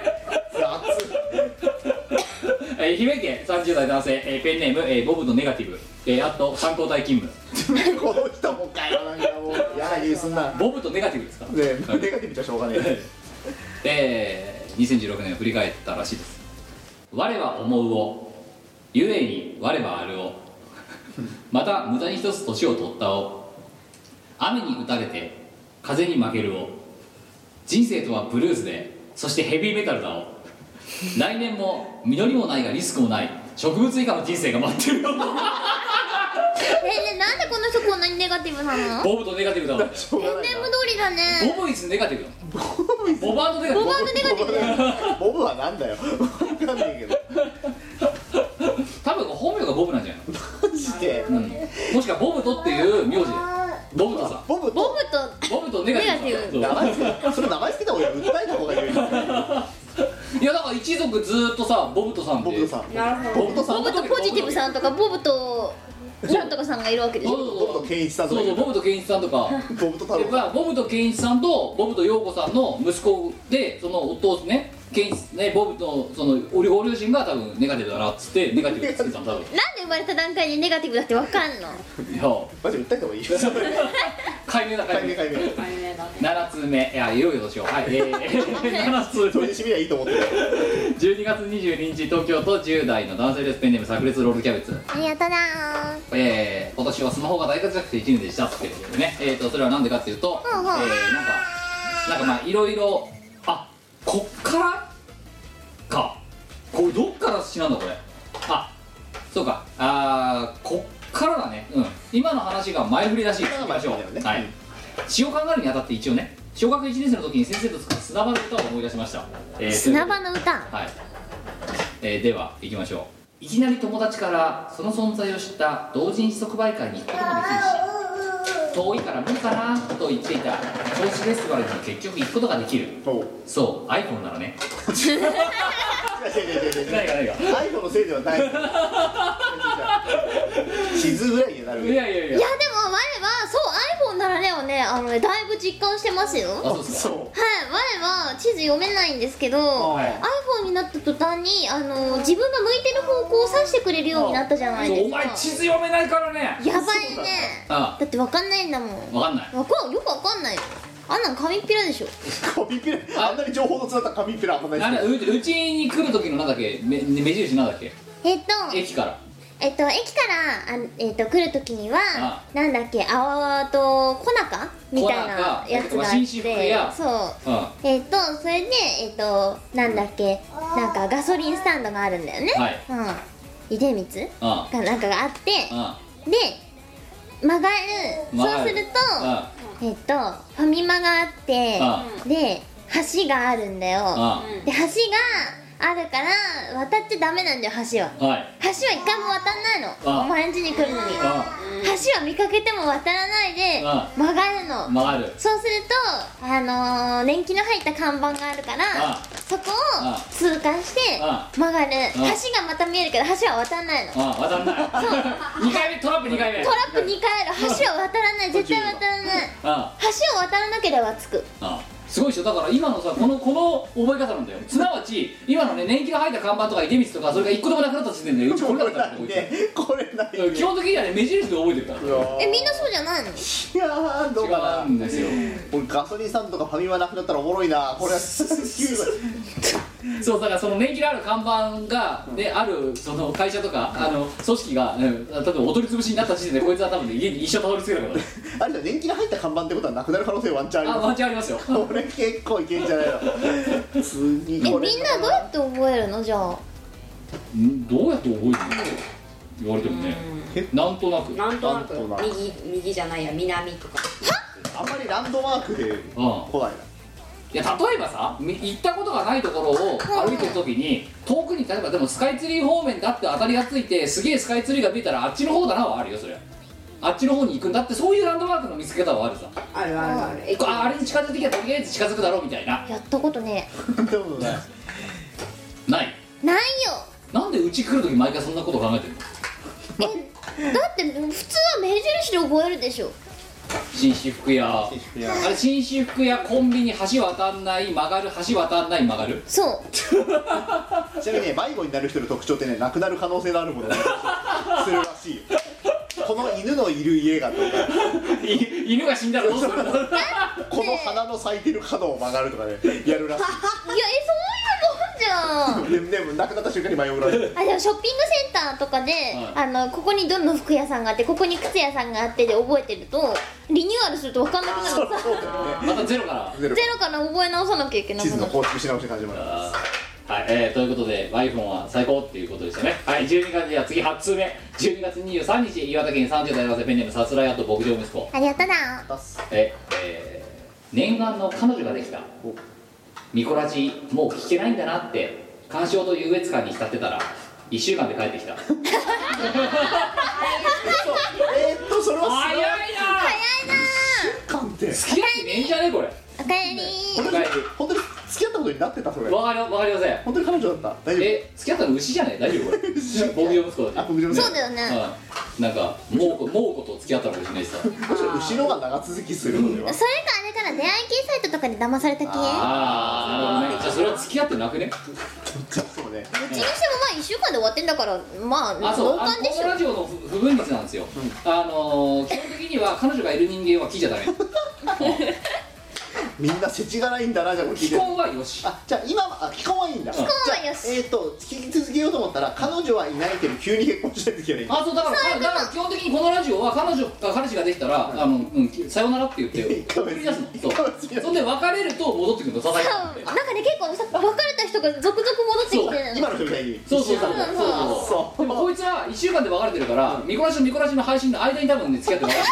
えー愛媛県30代男性、えーペンネーム、えーボブのネガティブ、えーあと参考体勤務この人もかよなんかもうやな言うすんなねボブとネガティブですかえネガティブじゃしょうがねえ えー、2016年を振り返ったらしいです我は思うをゆえに我はあるを また無駄に一つ年を取ったを雨に打たれて風に負けるを人生とはブルースでそしてヘビーメタルだを来年も実りもないがリスクもない植物以下の人生が待ってるよ えねなんでこの人こんなにネガティブなのボブとネガティブだろしょうがない全部通りだねボブイズネガティブだボバードネガティボブバードネガティブだよなボブはなんだよ分かんないけど多分本名がボブなんじゃないのマジでもしくはボブとっていう名字でボブとさボブボブとボブとネガティブさん名前つけそれ名前つけた方がいいよ訴えた方がいいよそういやだから一族ずーっとさボブとさんでボブとさんなるほボブとさんボブとポジティブさんとかボブとなんとかさんがいるわけでしそうょそうボブとそうケンイチさんとそうかいそうるボブと健一さんとかボブと太で郎まあボブと健一さんとボブと陽子さんの息子でそのお父ね健一ねボブとそのお両親が多分ネガティブだなっつってネガティブつけたの多な分んで生まれた段階にネガティブだってわかんのいやマジで訴えた方がいいよ解明だ解解明明解明ど有名だね7つ目いやいよいよどうしようはいえー、7つ 取目り締みりゃいいと思ってる12月22日東京都10代の男性ですペンネーム炸裂ロールキャベツありがとうだえー、今年はスマホが大活躍して1年でしたってことでね、えー、とそれは何でかっていうと、うんうんえー、なんかなんかまあいろいろあこっからかこれどっから死なんだこれあそうかあーこっからだねうん今の話が前振りだし今の前振りだよねはい詩を考えるにあたって一応ね小学1年生の時に先生と使った砂場の歌を思い出しました、えー砂場の歌はい、えーでは行きましょういきなり友達からその存在を知った同人誌即売会に行くこともできるし遠いから無理かなと言っていた調子ですわにも結局行くことができるおうそう iPhone ならね違う違う違う違う違う何が何が愛のせいではない地図ぐらいになるいやいやいいややでも我はそう iPhone ならねをねあのねだいぶ実感してますよはいあそうですか我は地図読めないんですけど、はい iPhone になった途端にあの自分の向いてる方向を指してくれるようになったじゃないそうでおすか前地図読めないからねやばいねあだってわかんないんだもんあ分かんないわかんよくわかんないよあんなん紙っぴらでしょ紙ペラあんなに情報の詰まった紙ペラあんまなないんでだすううちに来る時のなんだっけ目目印なんだっけえっと駅からえっと駅からあえっと来るときにはあなんだっけあわわとコナカみたいなやつコナカがあっ紳士服やてそううんはえっ、とそれでえっ、となんだっけなんかガソリンスタンドがあるんだよねいうん出光あがなんかがあってあで曲がる曲がそうるするとあえっ、とファミマがあってあで橋があるんだよあで橋があるから渡っちゃダメなんだよ橋はあはい橋は一回も渡んないあのお前ん家に来るのにあ橋は見かけても渡らないであ曲がるの曲がるそうすると、あのー、年季の入った看板があるからあそこあを通過してあ曲がる橋あがまた見えるけど橋は渡らないのトああ渡んない2回目トラップ2回目ラップ2回ある橋は渡らない絶対渡らないあ橋を渡らなければ着くあすごいでしょだから今のさこのこの覚え方なんだよすなわち今のね年季が入った看板とか出光とかそれが一個でもなくなった時点でうちこれだったんだよこいねつこれない うん基本的にはね目印で覚えてるからえみんなそうじゃないのいやーどう違かうなんですよ俺ガソリンスタンドとかファミマなくなったらおもろいなこれはそうだからその年季のある看板がであるその会社とかあの組織がうん例えばお取り潰しになった時点でこいつは多分ね家に一生たどり着けなくなるあれだ年季の入った看板ってことはなくなる可能性ワンチャンあありま間違いありますよすこれ結構いけんじゃないの次えこれみんなどうやって覚えるのじゃあんどうやって覚えてるの言われてもねなんとなくなんとなくなんとなく右右じゃないや南とかあんまりランドマークでうん来ないないや例えばさみ行ったことがないところを歩いてる時に遠くに例えばでもスカイツリー方面だって当たりがついてすげえスカイツリーが見えたらあっちの方だなはあるよそりゃあっちの方に行くんだってそういうランドマークの見つけ方はあるさあるあるある駅ああれに近づいてきたらとりあえず近づくだろうみたいなやったことねでもねないないよなんでうち来る時毎回そんなこと考えてるのだって普通は目印で覚えるでしょ紳士服屋いやあれ紳士服屋コンビニ橋渡んない曲がる橋渡んない曲が るそうちなみにね迷子になる人の特徴ってねなくなる可能性のあるものを ねするらしいよこの犬のいる家がとかい犬が死んだらどうするのこの花の咲いてる角を曲がるとかねやるらしいやえそういうもんじゃんいででもなくなった瞬間に迷う らしいあでもショッピングセンターとかで、あのここにどんな服屋さんがあってここに靴屋さんがあってで覚えてるとリニューアルすると分かんなくなるからそうだよねまたゼロからゼロゼロから覚え直さなきゃいけなく地図なのる構築し直し始まるあーはい、えー、ということで iPhone は最高っていうことですよねはい12月では次8通目12月23日岩手県30代男性ペンネームさすらいあと牧場息子ありがとうな出すええー念願の彼女ができたミコラジもう聞けないんだなって鑑賞と優越感に浸ってたら1週間で帰ってきたえーっとそれは早いな感って付き合ってねえんじゃねえこれおかえりお本か当にえ本当に付き合ったことになってたそれりわかりわかりません本当に彼女だった大丈夫え付き合ったの 牛じゃない大丈夫これ牧場息子だあし僕でもねそうだよねうんなんか猛虎猛虎と付き合ったのかもしれないしさむしろ後ろが長続きするのではそれかあれから出会い系サイトとかで騙された系どああなるほどねじゃあそれは付き合ってなくねそうねっちにしてもまあ1週間で終わってんだからまああそう同あの感でしこのょラジオの不不分率なんですよ、あのー基本的には彼女がいる人間は聞いちゃダメみんな世知がないんだなじゃあこれ聞いて既婚はよしあじゃあ今はあ既婚はいいんだ既婚はよしえっ、と聞き続けようと思ったら彼女はいないけど急に結婚したい時はねあそうだからだから基本的にこのラジオは彼女が彼氏ができたら、あのうん、さよならって言って一回送り出すの一回別そうにそんで別れると戻ってくるの叩いて多分なんかね結構さ別れた人が続々戻ってきてるの今の人みたいにそうそうそうそそううそうそでもこいつは1週間で別れてるから、ミコラシとミコラシの配信の間に多分ね付き合ってもらう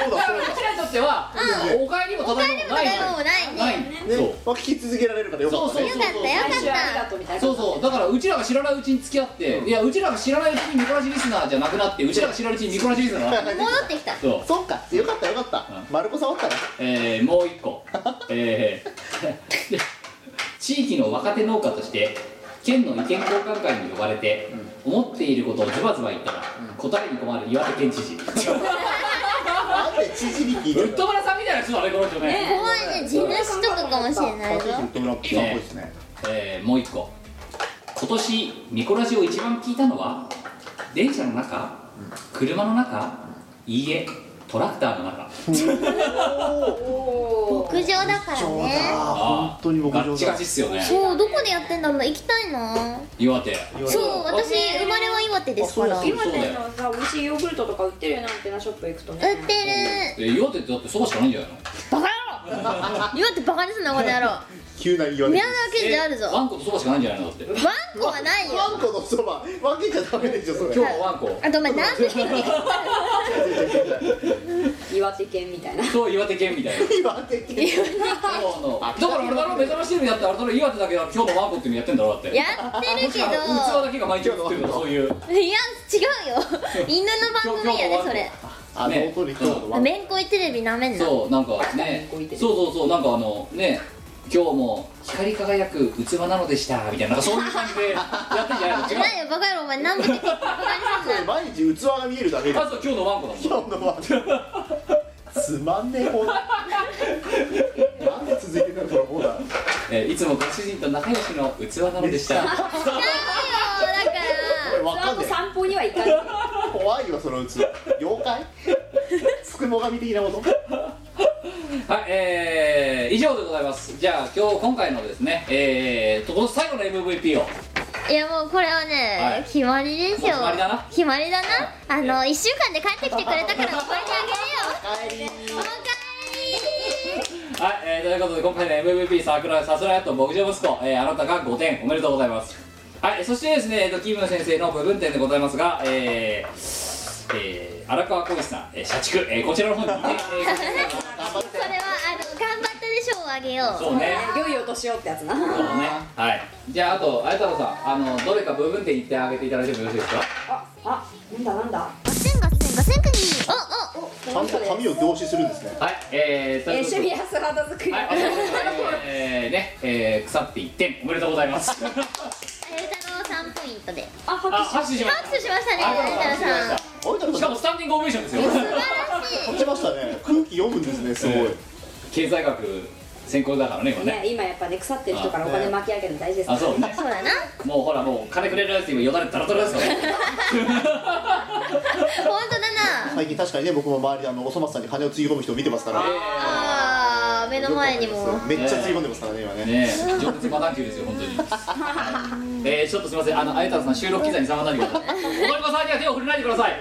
そうだだかそらううちらにとっては、お帰りもただいもないでもないねないんだよそだうねまあ聞き続けられるからよかったねそうよかったよか最初ありがっとうみたいなそうそうだからうちらが知らないうちに付き合って、いやうちらが知らないうちにミコラジリスナーじゃなくなってうちらが知らないうちにミコラジリスナーになってた戻ってきたそう、そっかよかったよかった、丸子触ったらえー、もう一個えー、地域の若手農家として県の意見交換会に呼ばれて、思っていることをズバズバ言ったら、答えに困る岩手県知 事なんで縮み聞いウてッド村さんみたいな人だねこの人ね怖いね地主とかかもしれないよウッド村っぽいですねえー、もう一個今年ミコラジを一番聞いたのは電車の中車の中いいえトラクターの中牧場だからねあ本当に牧ガ場ッチガチっすよねそうどこでやってんだろうな行きたいな岩手そう私生まれは岩手ですからあ売そってうる岩手のさ美味しいヨーグルトとか売ってるよなみたいなショップ行くとねえ岩手ってだってそうしかないんじゃないのバカ野郎岩手バカにすんなこの野郎急な言われ宮沢賢治あるぞワワンンコとそばしかないんじゃないのだってコはないよワンコのそば分けちゃダメでしょそれ今日もワンコあとお前なんで岩手県みたいなそう岩手県みたいな今的にそうのだからあれだろ目覚ましテレビだってあれだろ岩手だけは今日もワンコっていうのやってんだろだってやってるけどもしくは器だけが毎日映ってるのそういういや違うよ犬の番組やでそれあの音に今日のワンめんこいテレビなめんなそうなんかねこう言ってるそうそうそうなんかあのね今日も光り輝く器なのでしたみたいななんかそういう感じでやってんじゃないの違うないよバカ野郎お前南部的バカにすんな毎日 器が見えるだけでまずは今日のワンコだもん今日のワンコつまんねえこんえーいつもご主人と仲良しの器なのでしただわかんとない散歩には行かない怖いよそのうち妖怪つくも神的なものはい、えー、以上でございます。じゃあ、今日、今回のですね、えー、と、この最後の MVP を、いやもうこれはね、はい決まりですよもう決まりだな決まりだなあの1週間で帰ってきてくれたから覚えてお帰ありげるよおかえりはい、えー、ということで、今回の MVP、桜、さすらやと牧場息子、えー、あなたが5点、おめでとうございます。はい、そしてですね、えーと、キム先生の部分点でございますが、えー、えー、荒川浩一さん、えー、社畜、えー、こちらの方にね、えーそれはあの頑張ったでしょうをあげようそうね。良いお年をってやつなそうね。はい。じゃあ、あと、あやたろさん、あの、どれか部分点言ってあげていただいてもよろしいですかああなんだなんだ5 0 0 0 5 0 0 0 5 0 0 0おこちゃんの人とです髪を凝視するんですねはい、えー、とえいーうこと趣で味や素肌作りはい、あえー、ね、えー、腐って1点おめでとうございます。あゆたろうさんポイントであ あ、拍手拍手しま拍し手しましたねた。あゆたろ拍う手しました。しかさんあいたろさんもスタンディングオベーションですよ。立ちましたね空気読むんですねすごい経済学専攻だからね、今ね。ね今やっぱね腐ってる人からお金巻き上げるの大事ですかあ、らそうね。そうだなもうほら、もう金くれるやつ今よだれたらとらですからね。 本当だな最近確かにね僕も周りであのおそ松さんに金をつぎ込む人を見てますからねあー目の前にもめっちゃつぎ込んでますからね今ねねえ、情熱マダンキューですよ、本 当に。えー、ちょっとすみません、あの、あゆたろさん収録機材に触らないで ください。おりこさんには手を振らないでください。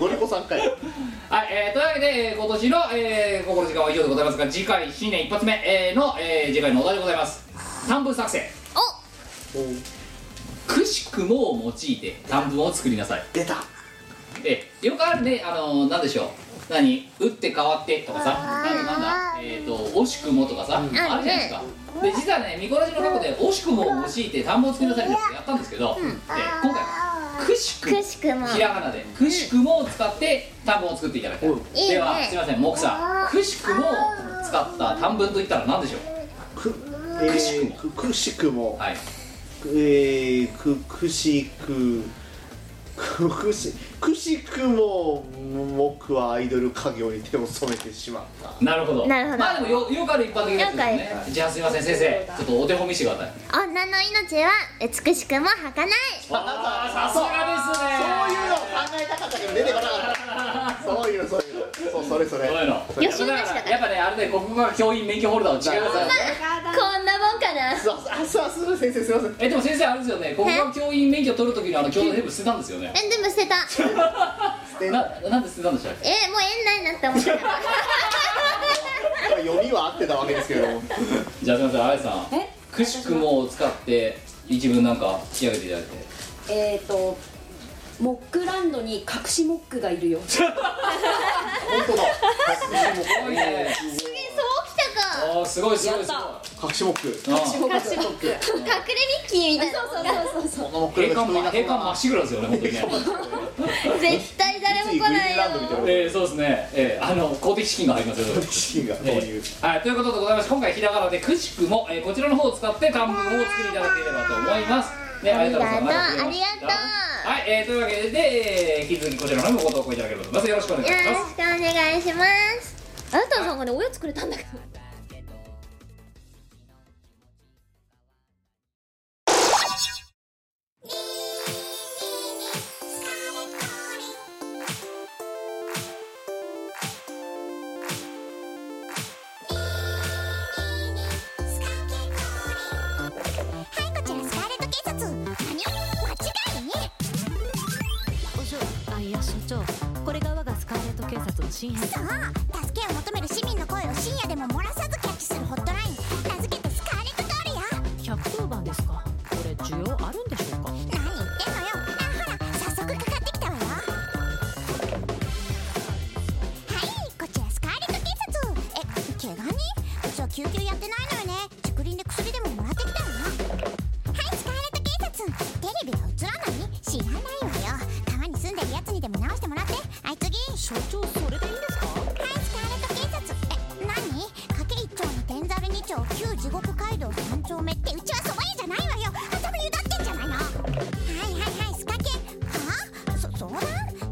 踊り子さんかいはい、えー、というわけで、えー今年の、えー、ここの時間は以上でございますが、次回、新年一発目、えーの、えー次回のお題でございます。短文作成。くしくもを用いて短文を作りなさい。出たで、よくあるね、あのー、なんでしょう。何打って変わってとかさ、あのなんだ、えっ、と、惜しくもとかさ、あるじゃないですか。で、実はね、ミコラジの過去で惜しくもを用いて短文を作りなさいってやったんですけど、で、今回は、くしくもく。しくもひらがなで「くしくも」を使って短文を作っていただきたい、うんいいねではすいませんモクさん「くしくも」を使った短文といったら何でしょうくえーくくしくもはいえー、くくしくくくしくしくも僕はアイドル家業に手を染めてしまったなるほどなるほどまあでもよよくある一般的なやつですよねじゃあすいません先生ちょっとお手本見せてください女の命は美しくも儚いああさすがそうですいうねの考えたかったけど出てこなかったそういうのそういうのそうそれそれそういうのそれよしだからやっぱねあれね国語が教員免許ホルダーを違うからこんなもんかなそうあそうそう先生すいませんえでも先生あれですよね国語学教員免許取るときにあの教材全部捨てたんですよねえでも捨てた でななんで捨てたんでしたっけえもう縁ないなって思った読みは合ってたわけですけどもじゃあすいませんあやさんくしくもを使って一文なんか仕上げていただいてえっ、ー、とモックランドに隠しモックがいるよ本当だすごいねそうきたかあーすごいすごいすごい隠しモックうん 隠しモック隠れミッキーみたいなそうそうそうそうこのモック閉が館人まいなくな閉館まっしぐらですよね本 当にね絶対誰も来ないよいついグリーンランドみたいなえー、そうですねえー、あの公的資金が入りますよ資金が投え入ーはい、ということでございまして今回ひらがなでくしくも、えー、こちらの方を使って短文を作りいただければと思いますね、あありがとうまた来てくれましありがとうたはい、えー、というわけで、えー、引き続きこちらの方もご投稿いただければと思いますよろしくお願いしよまろすしくお願いしますあなたさんがねおやつくれたんだけどはいこちらスカーレット警察何を間違いねお嬢あいや所長これが我がスカーレット警察の新編そう助けを求める市民の声を深夜でも漏らさずキャッチするホットライン名付けてスカーレット通りよ110番ですかこれ需要あるんでしょうか何言ってんのよあほら早速かかってきたわよはいこちらスカーレット警察え怪我人うちは救急やってないのよね竹林で薬でももらってきたわよはいスカーレット警察テレビは映らない知らないわよ川に住んでるやつにでも直してもらってはい次所長それでいいんですかはい、スカーレット警察え、何賭け一丁に天ざる二丁旧地獄街道三丁目ってうちはそば屋じゃないわよあそこ湯だってんじゃないのはいはいはい、スカケはあそ、相談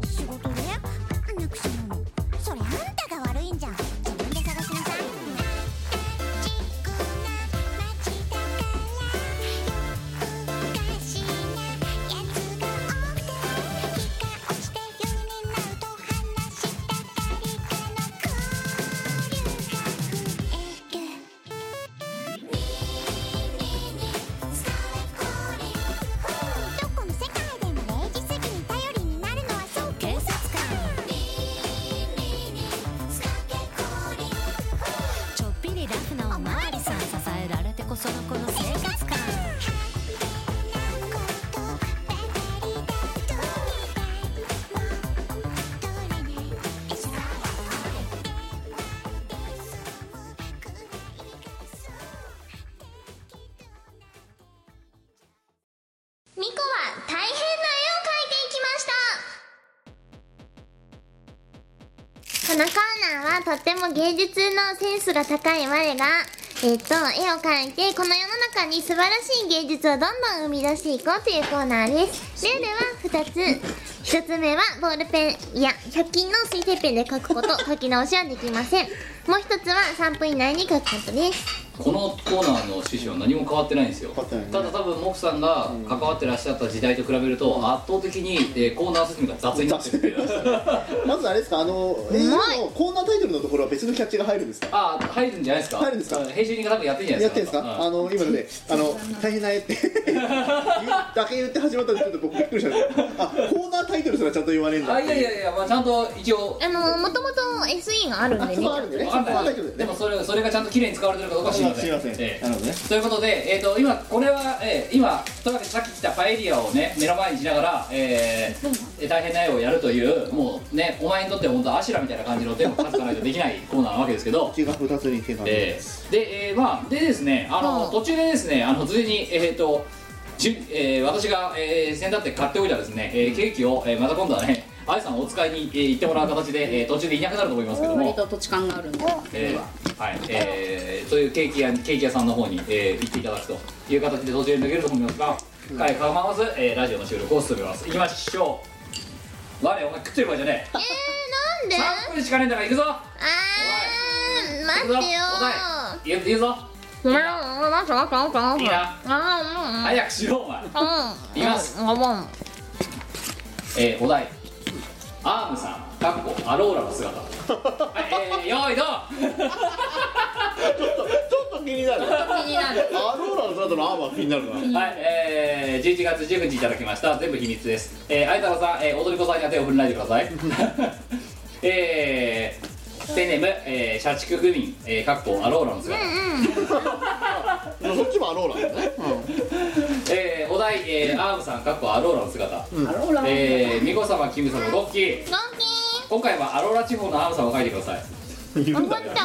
仕事でなくしものそれあんたが悪いんじゃん自分で探しなさい「マジックな街このコーナーはとっても芸術のセンスが高い我が、えっと、絵を描いてこの世の中に素晴らしい芸術をどんどん生み出していこうというコーナーですルールは2つ1つ目はボールペンや100均の水性ペンで描くこと描き直しはできませんもう1つは3分以内に描くことですこのコーナーの趣旨は何も変わってないんですよ、変わってないねただ多分モフさんが関わってらっしゃった時代と比べると圧倒的に、えーコーナー説明が雑になってるっていうまずあれですかあの映画のコーナータイトルのところは別のキャッチが入るんですかあー入るんじゃないですか入るんですか編集人が多分やってんじゃないやでっすてかんですかうあの今のであの大変な絵って言うだけ言って始まったんでちょっと僕びっくりしたんですけどあコーナータイトルすらちゃんと言われるんだあいやいやいや、まあ、ちゃんと一応あのもともと SE があるんあでそねこあるんでねわそかこんはな大い丈夫ですでねもそれそれがちゃんと綺麗に使われてるかどうかは知りませんええなるほどね、ということで、えー、と今これは、えー今というわけでさっき来たパエリアをね目の前にしながら、えー大変な絵をやるというもうねお前にとっては本当アシュラみたいな感じの手も数がないとできないコーナーなわけですけど口が二つに手がえーで、えーまあでですねあの、途中でですねあのついにえっ、とじゅんえー私が、えー、先だって買っておいたですね、えーケーキを、えーまた今度はね愛さんお使いに、えー行ってもらう形で、えー途中でいなくなると思いますけども割と土地勘があるんでえーはい、えー、というケーキ屋ケーキ屋さんの方に、えー行っていただくという形で途中に抜けると思いますが、はい、構わず、えーラジオの収録を進めます。行きましょう。我お前食ってる場合じゃねえ。えー、なんで3分しかねえんだから行くぞ。あー待ってよお前、言うぞ。ーまあまあまあまあまあいいな。あ早くしろお前。ーうんうんいきますうんうんえー、お題。アームさん、かっこアローラの 姿。はい、えー、よーいどん。ちょっと気になる気になるアローラの姿のアーマー気になるなはい、えー、11月19日いただきました全部秘密ですえー、相太郎さん、えー、踊り子さんには手を振らないでください えー、ペンネーム、えー、社畜グミン、えー、かっこアローラの姿、そっちもアローラだよねえー、お題、えー、アームさんかっこアローラの姿、アローラえー、ミコ様キム様ゴッキードンキ今回はアローラ地方のアームさんを描いてください言ーうんわだかよった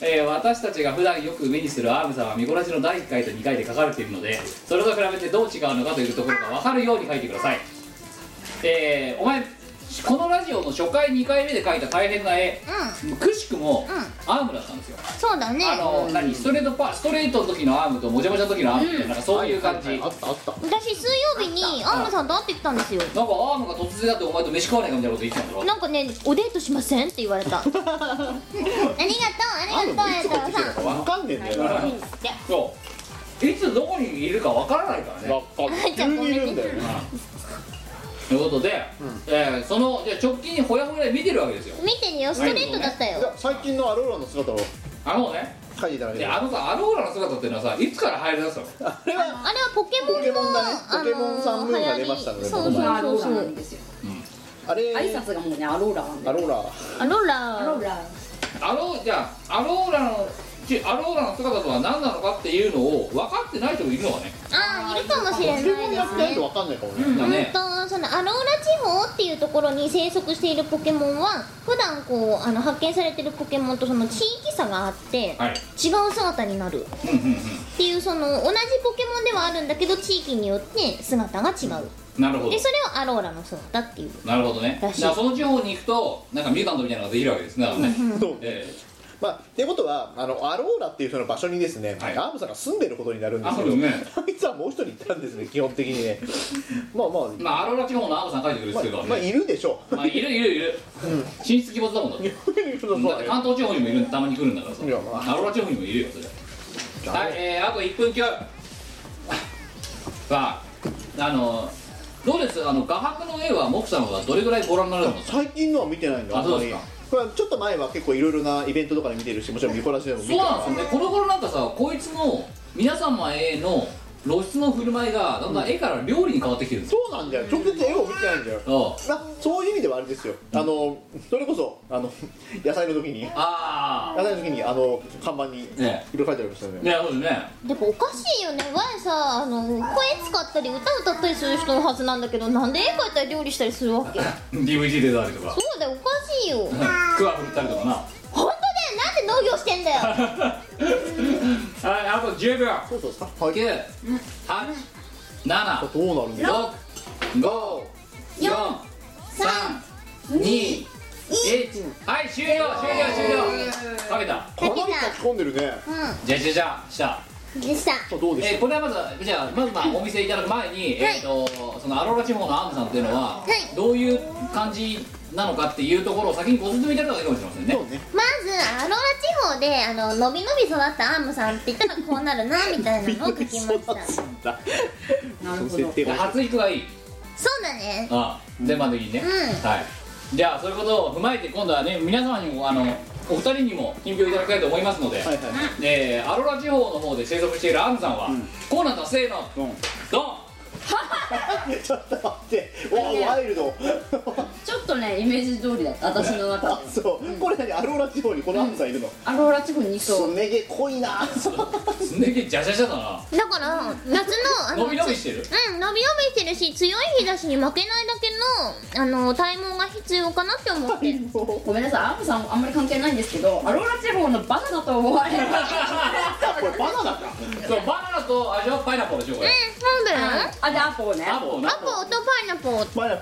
えー私たちが普段よく目にするアームさんは見こらしの第1回と2回で書かれているのでそれと比べてどう違うのかというところが分かるように書いてくださいえーお前このラジオの初回2回目で書いた大変な絵くしくもアームだったんですよ、そうだねあの何ストレートパストレートの時のアームともじゃもじゃの時のアームみたいななんかそういう感じ、あったあった私水曜日にアームさんと会ってきたんですよなんかアームが突然だってお前と飯食わないかみたいなこと言ってたんだろなんかねおデートしませんって言わ れたありがとうありがとうや太郎さんわかんねえんだよなわそういつどこにいるかわからないからねかんねえ急にいるんだよねということで、えーそのじゃあ直近にほやほやで見てるわけですよ見てるよストレートだったいよや最近のアローラの姿をあのね描いていただけでるあのさあのオーラの姿っていうのはさいつから入りだしたのあれはあれはポケモンのポケモンだねあのポケモンさんムーンが出ましたので流行り僕そうアそロうそうーラそなうんですよあれ挨拶がもうねアローラなんでアローラあロアローララアロじゃあアローラのちアローラの姿とは何なのかっていうのを分かってない人もいるのかね、あーいるかもしれなポいケモンやってなですいとねわかんないかもねだね本当そのアローラ地方っていうところに生息しているポケモンは普段こうあの発見されてるポケモンとその地域差があって、はい違う姿になるっうんうんうんていうその同じポケモンではあるんだけど地域によって姿が違うなるほどでそれをアローラの姿っていうなるほどねらしいじゃあその地方に行くとなんかミュータントみたいなのができるわけですねだからねそうえまあっていうことはあのアローラっていうその場所にですねはいアームさんが住んでることになるんですけあそどうですねあいつはもう一人いたんですね基本的にねまあまあえまあアローラ地方のアームさん書いてくれてるかまらあね、まあいるでしょうまあ、いるいるいる進出鬼没だもんだってそうだって関東地方にもいるんたまに来るんだからさいやまあアロラ地方にもいるよそれはい、えー、あと1分強さああのどうですあの画伯の絵はモクさんはどれぐらいご覧になられたの最近のは見てないんだああんまそうでりすかこれはちょっと前は結構いろいろなイベントとかで見てるしもちろん見こらしでも見てそうるなんですよねこの頃なんかさこいつの皆様への露出の振る舞いがだんだん絵から料理に変わってきてるんですよ、そうなんだよ直接絵を見てないんだよあまあそういう意味ではあれですよあのそれこそあの野菜の時にあ野菜の時にあの看板にいろねいろ書いてありましたよねねそうですねでもおかしいよね前さあの声使ったり歌歌ったりする人のはずなんだけどなんで絵描いたり料理したりするわけ DVD 出たりとかそうだよおかしいよ本当だよクワ振ったりとかな なんで農業してんだよはいあと10秒そうそうさはい九、八、七、どうなるんだ六、五、四、三、二、はい終了終了終了かけたかなり書き込んでるねじゃじゃじゃしたうんでしたさあどうでしえーこれはまずじゃあまずまあお見せいただく前に、えっ、とそのアローラ地方のアンムさんっていうのは、いどういう感じなのかっていうところを先にご説明いただいただけかもしれませんねょうそうねまずアローラ地方であののびのび育ったアンムさんって言ったらこうなるなみたいなのを書きましたそう育つんだそなるほのど設定でが発育がいいだねああ全般的にね、うはいじゃあそういうことを踏まえて今度はね皆様にもあのお二人にも品評いただきたいと思いますので、はいはいえーアローラ地方の方で生息しているアンムさんは、んこうなんだせーのうんドンちょっと待っておーワイルドちょっとねイメージ通りだった私の中であそうこれ何アローラ地方にこのアンさんいるのアローラ地方にいそすうね毛濃いなすんげえジャジャジャだなだから夏のあ伸び伸びつしてるうん伸び伸びしてるし強い日差しに負けないだけのあの体毛が必要かなって思ってるごめんなさいアームさんあんまり関係ないんですけどアローラ地方のバナナと思わ れるこれバナナかそうバナナとあれはパイナップルでしょこれ、うんそうだよアあでアポをねアップルなポーとパイナポーマナ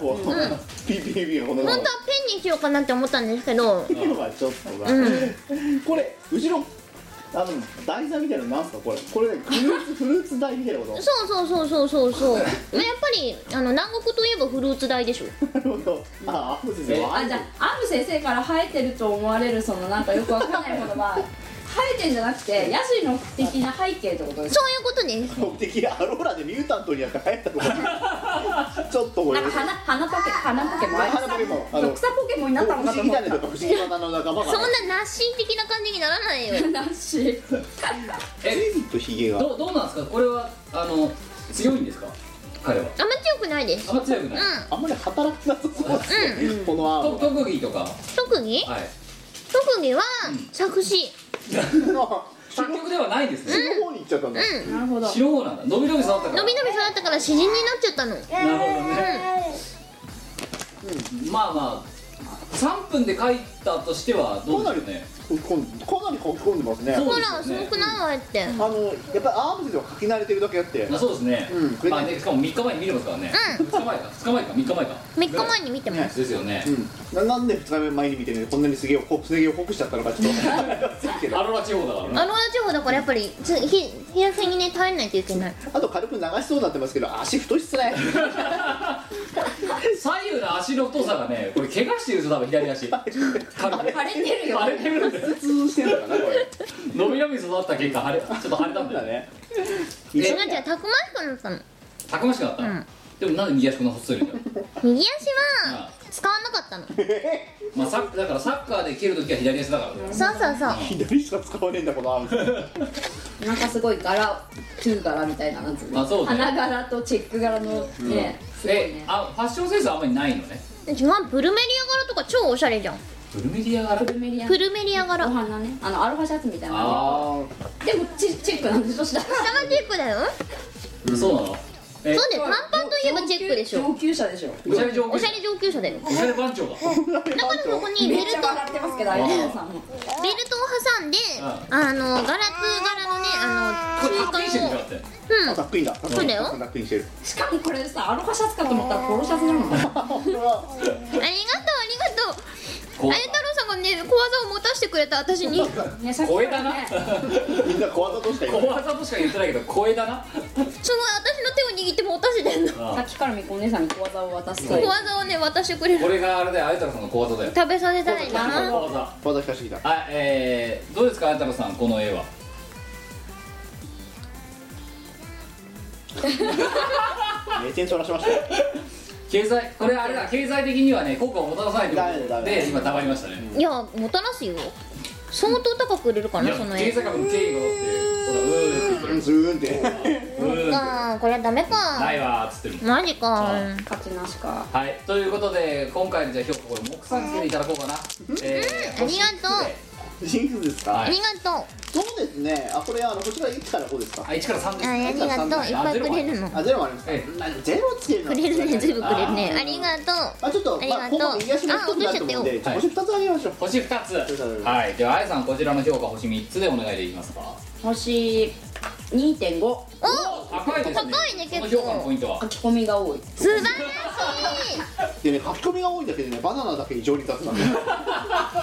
ポピーピーピーこの本当はペンにしようかなって思ったんですけどピーはちょっとなこれ後ろあの台座みたいなのなんすかこれこれねフルーツフルーツ台みたいなことそうそうそうそうそうそうねやっぱりあの南国といえばフルーツ大でしょなるほどあアップ先生はあじゃあアーム先生から生えてると思われるそのなんかよくわかんないものは生えてんじゃなくてヤシの的な背景ってことですそういうことです目的アローラでミュータントにやって流行ったとこちょっとこれなんか花花ポケ花ポケモン花ポケモンあの草ポケモンになったの不かと思思議 った種とか不思議花の仲間がそんなnas心的な感じにならないよなしえずっとヒゲがどうどうなんですかこれはあの強いんですか彼はあんま強くないですあんま強くない、あんまり働きなさそうですねこのアとー特技とか特技はい特技は作詞ムの作曲ではないんですね、後ろの方に行っちゃったんだうんなるほど白方なんだ伸び伸び育ったからのびのび育ったから詩人になっちゃったのなるほどね、まあまあ3分で書いたとしてはどうですかねここかなり書き込んでますねそうほですらすごねくないわってあのやっぱりアームズでは書き慣れてるだけあってあそうですね,、うんまあ、ねしかも3日前に見れますからね、う2日前か2日前か3日前か3日前に見てもですよね、うんななんで2日目前に見てねこんなにすげえを濃すげえを濃くしちゃったのかちょっとあれはついけどアロラ地方だからねアローラ地方だからやっぱりつひ日焼けにね耐えないといけないあと軽く流しそうになってますけど足太いっすね左右の足の太さがねこれ怪我してるぞ多分左足軽く腫れてるよ腫れてるんだよ通してるからなこれ伸び伸び育った結果腫れちょっと腫れたんだだよね違う違うたくましくなったのたくましくなったの、うんでもなんで右足こんな細いのよ右足は使わなかったのそうまあ、サッだからサッカーで蹴るときは左足だからねそうそう左しか使わねえんだこのアームズなんかすごい柄トゥー柄みたいななんつうのあそうね花柄とチェック柄のね、すごいでねあファッションセンスはあんまりないのね違うブルメリア柄とか超おしゃれじゃんブルメディア柄プルメリアブルメリア柄お下が花ねあのアロハシャツみたいなあでもチチェックなんで女子だチェックだよあ、そうなのえそうだよ短パンといえばチェックでしょ上級者でしょおしゃれ上級おしゃれ上級者だよおしゃれ番長だだからそこにベめっルちトゃベ笑ってますけどあれ皆さんもルトを挟んであのガラク柄のねあこれタッのクインしてるでしょだってうんザックインだそうだよザックインしてるしかもこれさアロハシャツかと思ったらポロシャツなのありがとうありがとうこあや太郎さんがね小技を持たせてくれた私 にねさっき小か枝ら なねみんな小技としか言小わない技としか言ってないけど小枝なその私の手を握って持たせてんのさっきからみこお姉さんに小技を渡すと小技をね渡してくれこるれがあれだよあやたろさんの小技だよ食べさせたいな小技小技聞かしてきたはいえー、どうですかあやたろさんこの絵は目線そらしましたよ経済これあれだ経済的にはね効果をもたらさないとダメいうだこダとメだで今たまりましたねいやもたらすよ相当高く売れるかいなやその経絵済学の経緯がだってほらうーんって言ってるズーンってうーんってあーこれはダメなかいわーっつってるマジかう勝ちなしかはいということで今回のじゃあ評価これ木さんつけていただこうかなえーありがとうジンクスですかはあいりがとうそうですねあこれあのこちら1から5ですかあ1から3ですあありがとういっぱいくれるのあゼロもありますかえまあゼロつけるのくはれるねずいぶんくれるねありがとまあちょっとまあありがとほうぼ右足も太くなると思うんであ落星と2つあげましょう星2つつはいではあやさんこちらの評価星3つでお願いできますか星2.5うお高いですね高いね結構この評価のポイントは書き込みが多い素晴らしいでね書き込みが多いだけでねバナナだけ異常に立つなんだ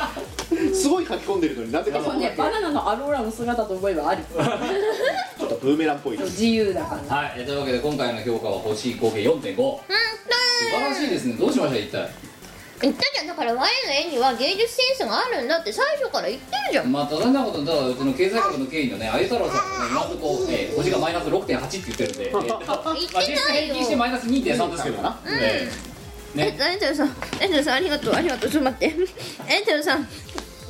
よすごい書き込んでるのになんででかそもこだねけバナナのアローラの姿と思え ばありちょっとブーメランっぽい自由だからはいえというわけで今回の評価は星合計4.5素晴らしいですねどうしました一体言ったじゃんだから我の絵には芸術センスがあるんだって最初から言ってるじゃんまあただんなことにただうちの経済学の経緯のねあゆ太郎さんがね今のとこ、えー星がマイナス6.8って言ってるんで、えーとま言あっ実てないよ質平均してマイナス2.3ですけどな、えーえねエンジェルさんエンジェルさんありがとうありがとうちょっと待ってエンジェルさん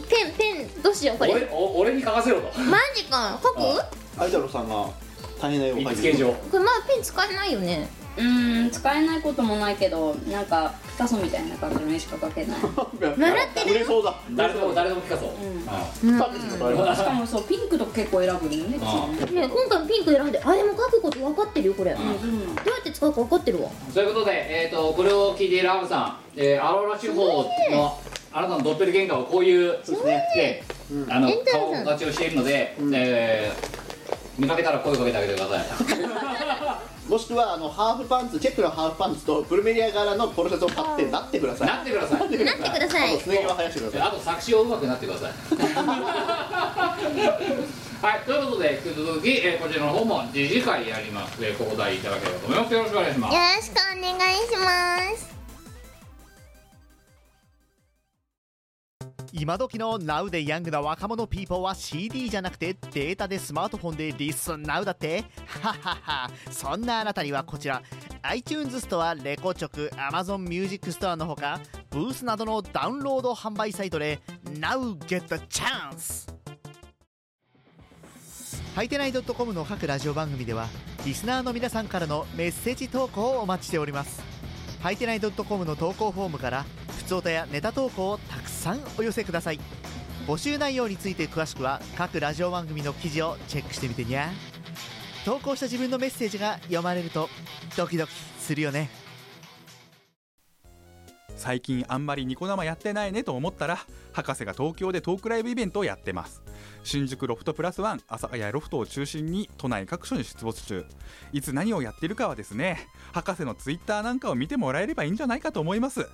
ペンペンどうしようこれ俺お俺に書かせろとマジか書くあアイドルさんが大変な絵を見描いつてける上これまだペン使えないよねうーん使えないこともないけどなんかピカソみたいな感じの絵しか描けない 習ってる売れそうだ誰でも誰でもピカソ、んあしかもそうピンクとか結構選ぶのねああね今回もピンク選んであでも書くこと分かってるよこれどうやって使うか分かってるわということで、えー、とこれを聞いているアムさん、えーアローラ手法のあなたのドッペルゲンガーはこういうそうですで、あのエンタ顔ーさん立ちをしているので、えー見かけたら声をかけてあげてくださいもしくはあのハーフパンツチェックのハーフパンツとブルメリア柄のポロシャツを買ってなってくださいなってくださいななってくださいあとスネ毛は生やしてくださいあと作詞をうまくなってくださいはいということで引き続き、えーこちらの方も次次回やります、えー、ご答えいただければと思いますよろしくお願いしますよろしくお願いします今時の Now でヤングな若者ピーポーは CD じゃなくてデータでスマートフォンでリスン Now だってはははそんなあなたにはこちら iTunes ストア、レコチョク、Amazon ミュージックストアのほかブースなどのダウンロード販売サイトで Now get the chance! ハイテナイドットコムの各ラジオ番組ではリスナーの皆さんからのメッセージ投稿をお待ちしておりますハイテナイドットコムの投稿フォームから普通歌やネタ投稿をたくさんお寄せください募集内容について詳しくは各ラジオ番組の記事をチェックしてみてにゃ投稿した自分のメッセージが読まれるとドキドキするよね最近あんまりニコ生やってないねと思ったら博士が東京でトークライブイベントをやってます新宿ロフトプラスワン朝早ロフトを中心に都内各所に出没中いつ何をやってるかはですね博士のツイッターなんかを見てもらえればいいんじゃないかと思います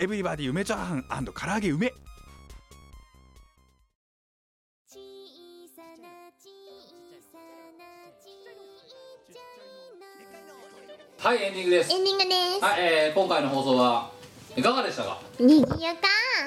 エブリバディ梅チャーハン唐揚げ梅小さな小さなちっちゃいのはいエンディングですエンディングではい、えー今回の放送はいかがでしたかすにぎやか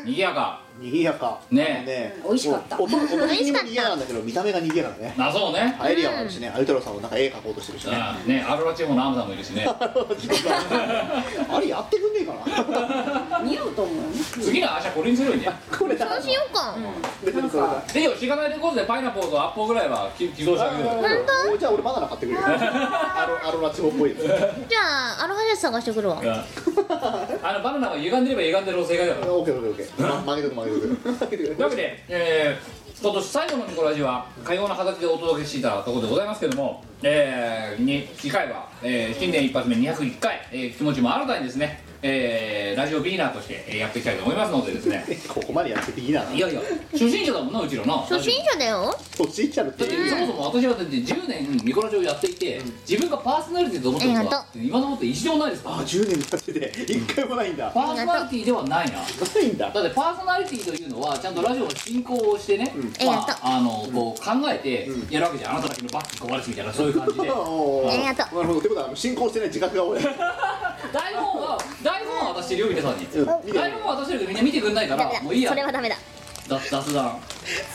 賑やかにぎやかねえあのね美味しかったお音音美味しにかったもにぎやかなんだけど見た目がにぎやかだねなそうねパエリアもあるしね、アウトロさんもなんか絵描こうとしてるしね。うんねアロラ地方のアムさんもいるしね あれやってくんねえかな。見ようと思うよね次のあじゃあこれにするよねこれだ。そうしようか別にそれだ。でよしがないレコードでパイナポーとアッポーぐらいは起起動してあげる よ当？じゃあ俺バナナ買ってくるよ。アロアロラチョっぽいやつ。じゃあアロハシャツ探してくるわうんあのバナナが歪んでれば歪んでる正解だからオッケーオッケーオッケー。ま負けとく負けとく。というわけで、えー、今年最後のニコラジはかような形でお届けしていたところでございますけども、えー、に次回は、えー新年一発目201回、えー気持ちも新たにですね、えーラジオビーナーとしてえーやっていきたいと思いますのでです ねここまでやってていいな。いやいや初心者だもんなうちらな初心者だよ年いっちゃうっだてってそもそも私はだって10年ニコラジをやっていて、自分がパーソナリティと思ってることは今のところ一度もないですからあ、10年経ってて一回もないんだ。パーソナリティではないなないんだ。だってパーソナリティというのはちゃんとラジオの進行をしてね、んまありがあ、あのこう考えてやるわけじゃん、あなただけのバッグ壊れすみたいなそういう感じでおありーがとなるほど。ってことは進行してない自覚が多い。台本は台本は渡してるよ皆さんにうん見て台本は渡してるけどみんな見てくんないかうダメらだもういいやそれはダメだだ雑談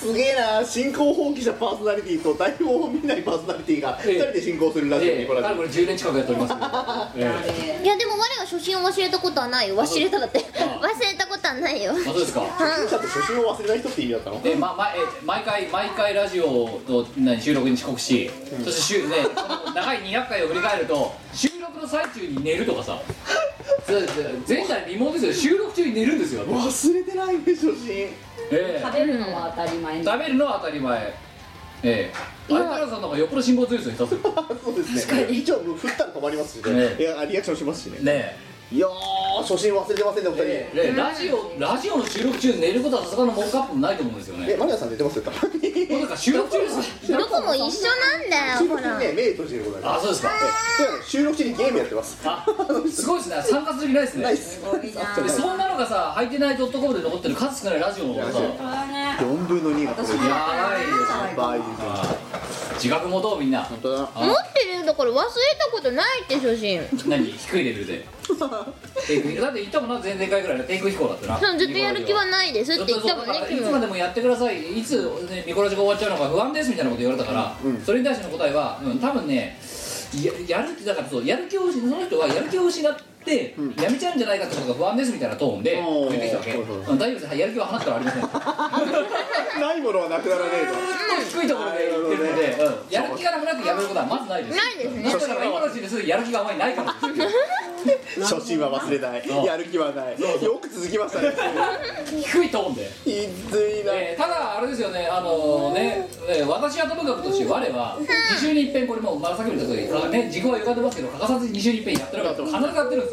すげえな。進行放棄したパーソナリティと台本を見ないパーソナリティがええ二人で進行するラジオでにこれかれこれ10年近くやっておりますけど あええれいやでも我が初心を忘れたことはないよ忘れただって忘れたことはないよあそうですかちょっと初心を忘れない人って意味だったので、ま、まえ毎回毎回ラジオの何収録に遅刻し、そして週、ね、この長い200回を振り返ると収録の最中に寝るとかさそうです前代未聞ですよ収録中に寝るんですよ、忘れてないね初心え食べるのは当たり前え、に食べるのは当たり前ええ相原さんの方がよっぽど辛抱強いですよ下手するとそうですね一応振ったら止まりますしねねいやリアクションしますしねねいやー初心忘れてませんねお二人、えでラジオラジオの収録中寝ることはさすがのモックアップもないと思うんですよねえマリアさん寝てますよたまにまさか収録中ですどこも一緒なんだ収よほ録中らにね目閉じてることになりあそうですかええそうやね収録中にゲームやってますあすごいですね参加する気ないですねないっすでそんなのがさ「はいてない .com」で残ってる数少ないラジオのさ4分の2がこれやばいです倍です自覚持とうみん な本当だあ持ってるんだから忘れたことないって初心何低いレベルでテイクだって言ったもんな前々回ぐらいのテイク飛行だったなそうずっとやる気はないですって言ったもんねずとそう君いつまでもやってくださいいつ、ね、ミコラジが終わっちゃうのか不安ですみたいなこと言われたから、それに対しての答えは、うん、多分ねややる気だからそうやる気を失その人はやる気を失って、やめちゃうんじゃないかってことが不安ですみたいなトーンでおー出てきたわけ、そうそううん大丈夫ですはいやる気は話からありませんずないものはなくならねっと低いところで言ってるので、うんやる気がなくなってやめることはまずないですないですねだから今のうちですやる気があまりないかもしれないえと初心は忘れないそうやる気はないよく続きましたね低いトーンでいずいなえーただあれですよねあのね、えー私はともかくとして我は2週に一遍これもうまあさっきも言った通りね時効は歪んでますけど欠かさずに2週に一遍やってるから必ずやってるんで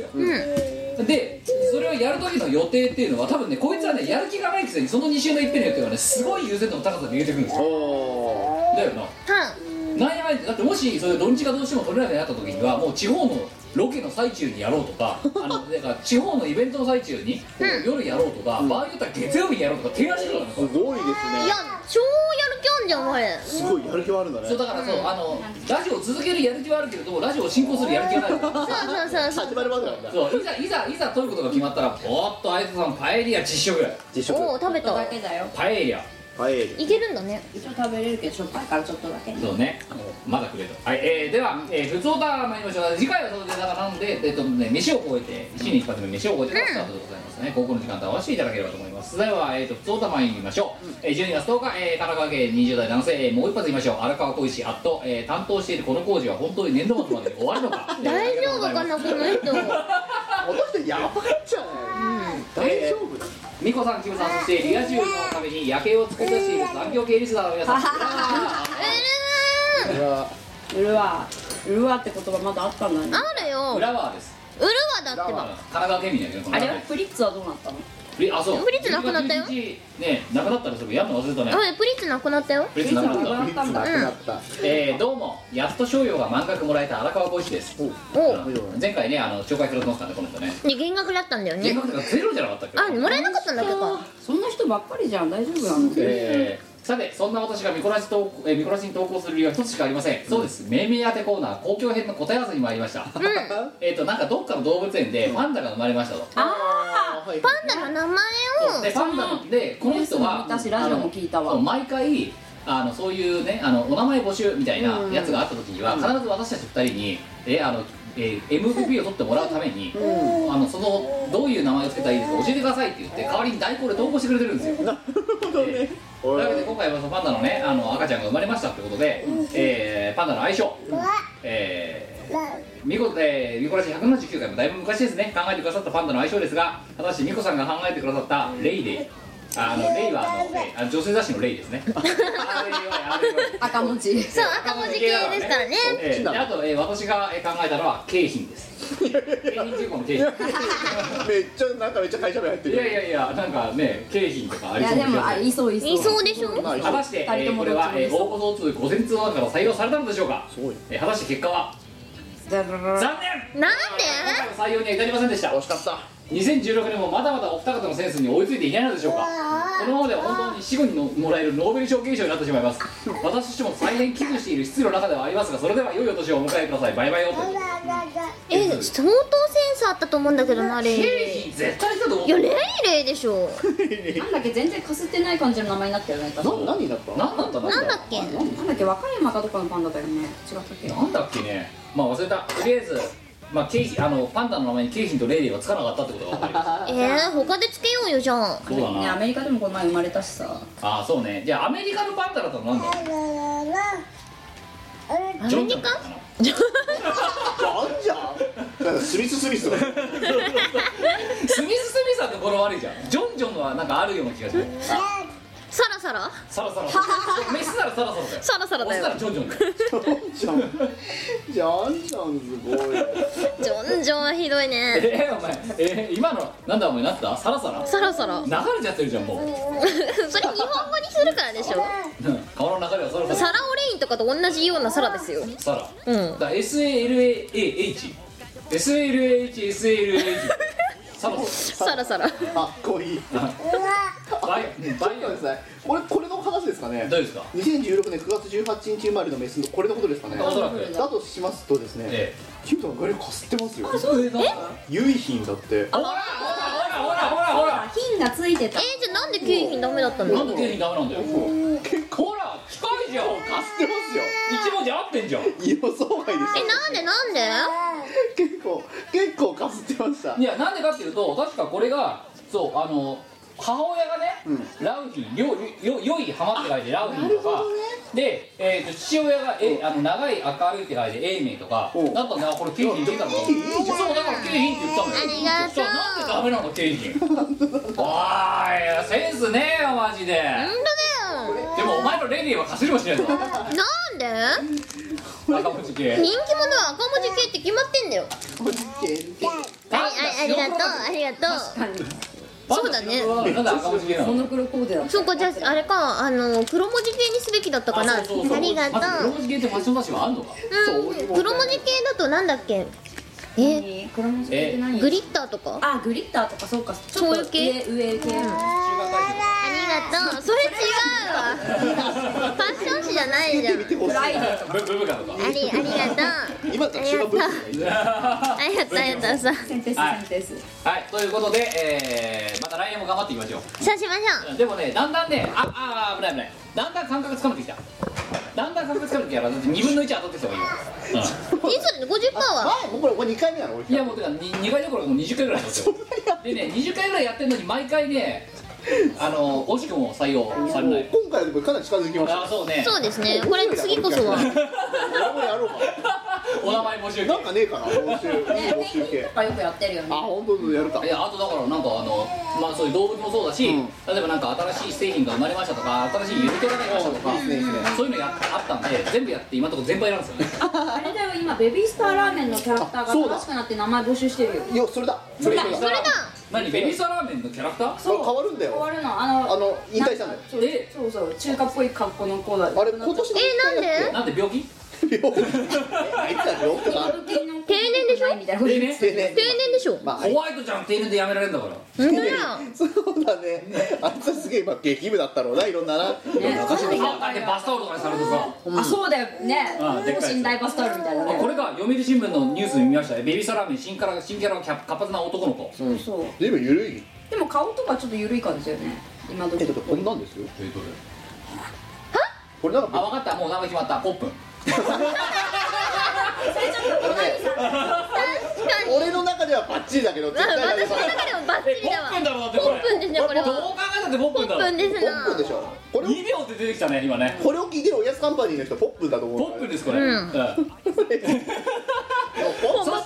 すよ、でそれをやる時の予定っていうのは多分ねこいつはねやる気がないくせにその2週の一遍の予定はねすごい優先度の高さで入れてくるんですよおだよななんやかんやだってもしそれ土日がどうしても取れなくなった時にはもう地方のロケの最中にやろうと かあのだから地方のイベントの最中に夜やろうとか、場合によっては月曜日にやろうとか提案してるからねーすごいですいやね超やる気あんじゃん我すごいやる気はあるんだねそうだからそう、あのラジオを続けるやる気はあるけれどもラジオを進行するやる気がないそうそうそう始まるまでなんだそういざいざいざ取ることが決まったらおっとあいつさんパエリア実食そ実うお食お食べただけだよパエリアパエリいけるんだね一応食べれるけどしょっぱいからちょっとだけねそうねまだくれとはい、えー、では、えー、普通オタ参りましょう次回はそれでだからなので、えっとね、飯を超えて一日一発目飯を超えてからスタートでございますね、高校の時間と合わせていただければと思いますでは、えー、と普通オタ参りましょう、えー、12月10日、えー神奈川県20代男性、えーもう一発言いましょう荒川小石あっと、えー担当しているこの工事は本当に年度末までに終わるのか 大丈夫かなこの人この人やばいじゃん大丈夫だミコさん、キムさん、そしてリア充のために夜景を作り出している残業系リスナーの皆さん、いやうるわうるわって言葉まだあったんだねあるよ浦和です。売るわだっ神てば奈川県民だけど、このあ中れではプリッツはどうなったのえあ、そう。プリッツなくなったよ11ね、なくなったらすぐやるの忘れたね。おいプリッツなくなったよプリッツなくプリッツななった。くなったんだなくな ったえー、どうも、やっと賞与が満額もらえた荒川浩一です。おあの前回ね、あの紹介されてますからね、この人ね。で減額だったんだよ金ね額がゼロじゃなかったっけあもらえなかったんだっけかそんな人ばっかりじゃん大丈夫なのえーさてそんな私がミコラジ投稿えーミコラジに投稿する理由は一つしかありません、そうです命名当てコーナー公共編の答え合わせに参りました、えっとなんかどっかの動物園でパンダが生まれましたと、あーパンダの名前でをパンダのでこの人は私ラジオも聞いたわあのそう毎回あのそういうねあのお名前募集みたいなやつがあった時には、必ず私たち二人にえあのえ MVP を取ってもらうために、あのそのどういう名前を付けたらいいですか教えてくださいって言って代わりに代行で投稿してくれてるんですよえーというわけで今回はそのパンダのねあの赤ちゃんが生まれましたってことで、えーパンダの愛称、えーミコえーミコラジ179回もだいぶ昔ですね考えてくださったパンダの愛称ですが果たしてミコさんが考えてくださったレイであのレイはあのえーあの女性雑誌のレイです ね赤赤文字そう赤文字系ですからねえーであと、えー私がえー考えたのは景品 です景品事項の景品めっちゃなんかめっちゃ会社名入っているやいやいやなんかね景品とかあいりそやうな気でもがあするいそういそういそうでしょまあ果たして、え二人ーともこれは、えー、どっちも応募総通5000通の中から採用されたのでしょうかすごいえー果たして結果はだららら残念なん今回の採用には至りませんでした惜しかった2016年もまだまだお二方のセンスに追いついていないのでしょうかこのままでは本当に死後にのもらえるノーベル賞金賞になってしまいます私としても大変危惧している失意の中ではありますがそれでは良いお年をお迎えくださいバイバイよとでえ相当センスあったと思うんだけどなあれ経い費絶対したと思うやレイレイでしょなんだっけ全然かすってない感じの名前になったよね確かな何だった何だったんだなんだっけなんだっけ和歌山かどっかのパンダだよね違ったっけなんだっけねまあ忘れたとりあえずまあ、景品あのパンダの名前に景品とレイレイはつかなかったってことが分かります えー、他でつけようよじゃんそうだねなアメリカでもこの前生まれたしさああそうねじゃあアメリカのパンダだったらなんだアメリカあんじゃんなんかスミススミスだスミス・スミスさんって語呂悪いじゃんジョンジョンはなんかあるような気がするサラサラサラサラ メスならサラサラだよサラサラだよオスならジョンジョンだよジョンジョンジョンすごいジョンジョンはひどいねえー、お前えー、今のなんだお前なったサラサラサラサラ流れちゃってるじゃんもうそれ日本語にするからでしょ顔の流れはサラササラオレインとかと同じようなサラですよラサラうんだ SALAH SLHSLH サラササラサラかっこいいラバイバイそうですねこれこれの話ですかねどうですか2016年9月18日生まれのメスのこれのことですかねおそらくだとしますとですね、えキムトがガリをかすってますよそうえほらユイヒンだってほらほらほらほら金がついてたえー、じゃあなんでキュウイヒンダメだったのなんで景品ダメなんだよ結構ほら近いじゃんかすってますよ一文字合ってんじゃん予想外えでしなんでなんでた結構結構かすってましたいやなんでかっていうと確かこれがそうあの母親がね、ラウヒンよよよい浜って書いてラウヒンとか、で、えー、と父親が、えあの長い明るいって書いて永明とかうんだったんだからこれ景品出たのそうだから景品って言ったのありがとうそうなんでダメなの景品おいセンスねえよマジで本でもお前のレディーはかすりもしないぞ当だよなんで赤文字系人気者は赤文字系って決まってんだよありありありがとうありがとパンそうだダね白黒なのなんで赤文字系なのモノクロコーデだうそうかじゃああれかあの黒文字系にすべきだったかなあそうそうそうありがとまず黒う文字系ってファッション雑誌はあんのかうん黒文字系だとなんだっけえ何黒文字系って何グリッターとかあグリッターとかそうかちそういう系上上系ありがとうそれ違うわファッション誌じゃないじゃん見てほしいフライデーとかブブブカとかありありがとう今から中学部ありがとうありがとうさセンテスはいセンテスはい、ということで、えー、また来年も頑張っていきましょそうしましょう。でもね、だんだんね、あ、あー、危ない危ない。だんだん感覚つかめてきた。だんだん感覚つかめてきたから、だって2分の1当たってきた方がいいうよ。いつも50%は前もうこれこれ2回目なの俺うん、いや、もう、てか、に2回どころかもう20回ぐらいやってますよ。でね、20回ぐらいやってるのに、毎回ね、あの、惜しくも採用されもなうい。今回のこれかなり近づきましたあー、そうね。そうですねこれ次こそは俺もやろうか お名前募集。ななんかねえかな募集いい募集系とかよくやってるよあね本当だやるかいやあとだからなんかあのまあそういう動物もそうだし、うん例えばなんか新しい製品が生まれましたとか新しいゆるキャラが出ましたとか、うんいいですねそういうのやあったんで全部やって今のところ全敗なんですよねあれだよ今ベビースターラーメンのキャラクターあそうがだ正しくなって名前募集してるよいやそれだそれだそれだ何ベビーサラーメンのキャラクターそう変わるんだ変よわるのあのあの引退したんだよそうそうそう中華っぽい格好の子だあれ今年のえーなんでなんで病気病気あいつら病気だな定年でしょみたいな定年定定年年でしょまあホワイトちゃん定年でやめられるんだから本当だそうだねあいつはすげえ今激務だったろうないろんなないろんなおかしいあだってバスタオルとかにされてさあそうだよねあでっかい等身大バスタオルみたいなあねこれか読売新聞のニュース見ましたねベビーサラーメン新キャラ新キャラのキャ活発な男の子そうそう随分緩いでも顔とかちょっと緩い感じだよね今どえきだってこんなんですよえどれこれなんあか分かったもう名前決まったポップン確かに俺の中ではバッチリだけどあ絶対ダメ私だの中でもバッチリだわポップンだろだってこポれップンですねこれはどう考えたってポッポプンだッろプンですなポップでしょこれを2秒で出てきたね今ねこれを聞いてるおやつカンパニーの人ポップだと思うポップンですこれ、うんうんポッそしてポップン以外思い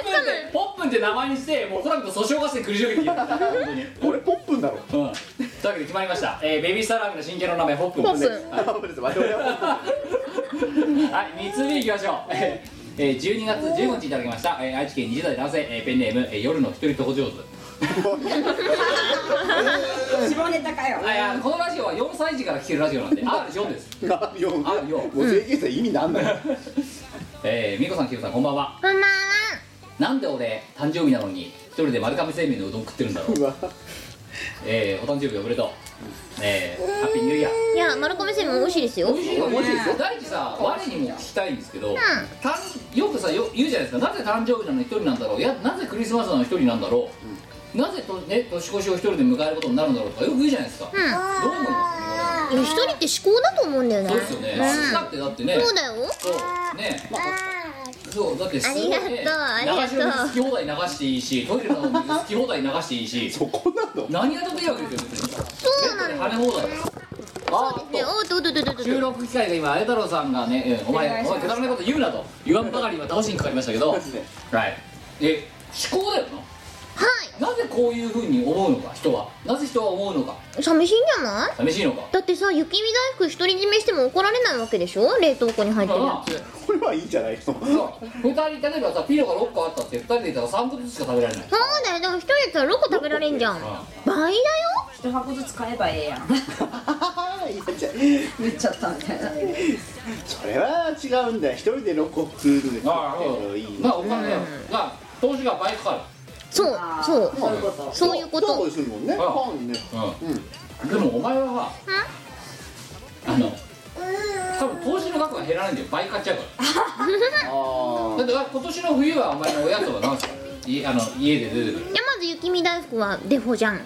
つかないポップンって名前にしてもうコラムと訴訟合戦繰り広げていいよ本当にプこれポップだろうん、というわけで決まりました、えー、ベビーサラーメンの新キャラの名前ホッ プンポップンですあごめんなさい我々はポッはい3つ目いきましょうえーえー12月15日いただきました、えー愛知県20代男性、えーペンネーム、えー夜の一人とこ上手下ネタかよあいやこのラジオは4歳児から聞けるラジオなんで R 4です、プだよあよもう制限したら意味なんないえー、美子さんキムさんこんばんはこんばんはなんで俺誕生日なのに一人で丸亀製麺のうどん食ってるんだろう、うわえーお誕生日おめでとう、えー、ハッピーニューイヤーいや丸亀製麺美味しいですよ美味しいよね大地さ我にも聞きたいんですけど、たんよくさよ言うじゃないですかなぜ誕生日なのに一人なんだろういやなぜクリスマスなのに一人なんだろう、なぜと、ね、年越しを一人で迎えることになるんだろうとかよく言うじゃないですか、うんいやどう思います一人って思考だと思うんだよねそうですよね、だってだってねうんそうだよそうね、そうだってすごい、ね、ありがとうありがとう流しの水好き放題流していいしトイレの水好き放題流していいしそこなの何が得意わけですよ別にそうなので跳ね放題ですあーっとねおっとおっとおっとおっと収録機会が今あや太郎さんがね、うんおお願前いしお前ますくだらないこと言うなと言わんばかり今倒しにかかりましたけどはいえ思考だよなはいなぜこういうふうに思うのか人はなぜ人は思うのか寂しいんじゃない寂しいのかだってさ雪見大福独り占めしても怒られないわけでしょ冷凍庫に入ってるやつこれはいいんじゃないの2人例えばさピノが6個あったって2人でいたら3個ずつしか食べられないそうだよでも一人やったら6個食べられんじゃん倍だよ一箱ずつ買えばええやん 売っちゃったみたいなそれは違うんだよ一人で6個食うのでああそういいまあお金が投資が倍かかるそうそうそういうことそういうことそうするもんねああパンねうんでもお前はさあの多分投資の額が減らないんだよ倍買っちゃうからだって今年の冬はお前のおやつは何すかいあの家で出てくるいやまず雪見大福はデフォじゃん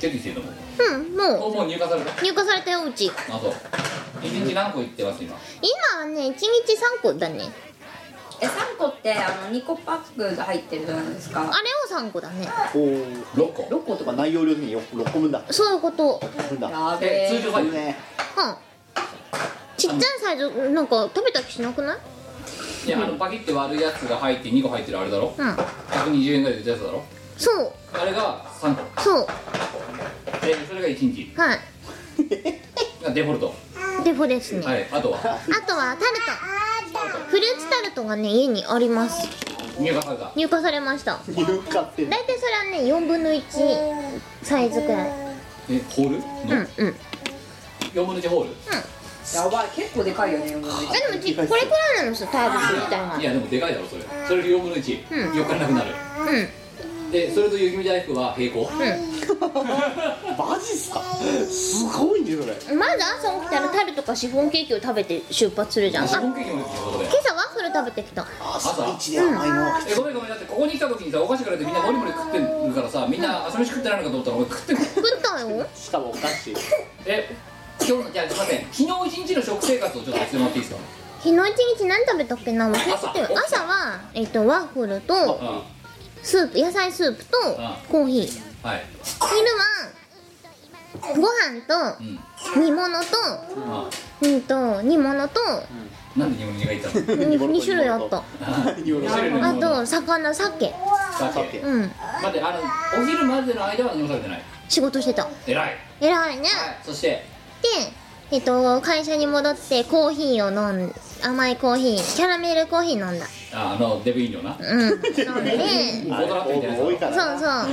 出てきてるのもうんもうもう入荷された入荷されたようちあそう1日何個いってます今今はね1日3個だねえ3個ってあの2個パックが入ってるじゃないですかあれを3個だねおー6個6個とか内容量に6個分だそういうこと6個分だやべえ通常サイズうんちっちゃいサイズなんか食べた気しなくないいやあのパキって割るやつが入って2個入ってるあれだろうん120円ぐらいで売ったやつだろそうあれが3個そうえーそれが1日はいがデフォルトデフォですねはいあと はあとはタルトフルーツタルトがね家にあります入荷された入荷されました入荷って大体それはね4分の1サイズくらいえホールのうんうん4分の1ホールやばい結構でかいよねもうえでもちこれくらいなのさタイルみたいないやでもでかいだろそれそれで4分の1、うん4日なくなるうんでそれと雪見大福は平行、マジっすかすごいんだよそれまず朝起きたらタルとかシフォンケーキを食べて出発するじゃんあシフォ今ンケーキもですよそこで朝ワッフル食べてきた朝一で甘いのえごめんごめんだってここに来た時にさお菓子からってみんなモリモリ食ってるからさみんな朝飯食ってないのかと思ったら俺食ってる食ったよしかもお菓子え今日のじゃあすいません昨日一日の食生活をちょっとしてもらっていいですか昨日一日何食べたっけな忘れて朝る朝は、えっとワッフルとうんはスープ野菜スープとあコーヒーい昼はうんご飯と煮物とあうんと煮物となんで日本人がいたの2種類あった煮物汁のあ煮物と魚鮭酒うん待ってあのお昼までの間は飲まされてない仕事してた偉い偉いねそしてでえっと会社に戻ってコーヒーを飲ん甘いコーヒーキャラメルコーヒー飲んだああのデブ飲料なうん飲んでそう大人ってみたいなやつだろ多いからなそう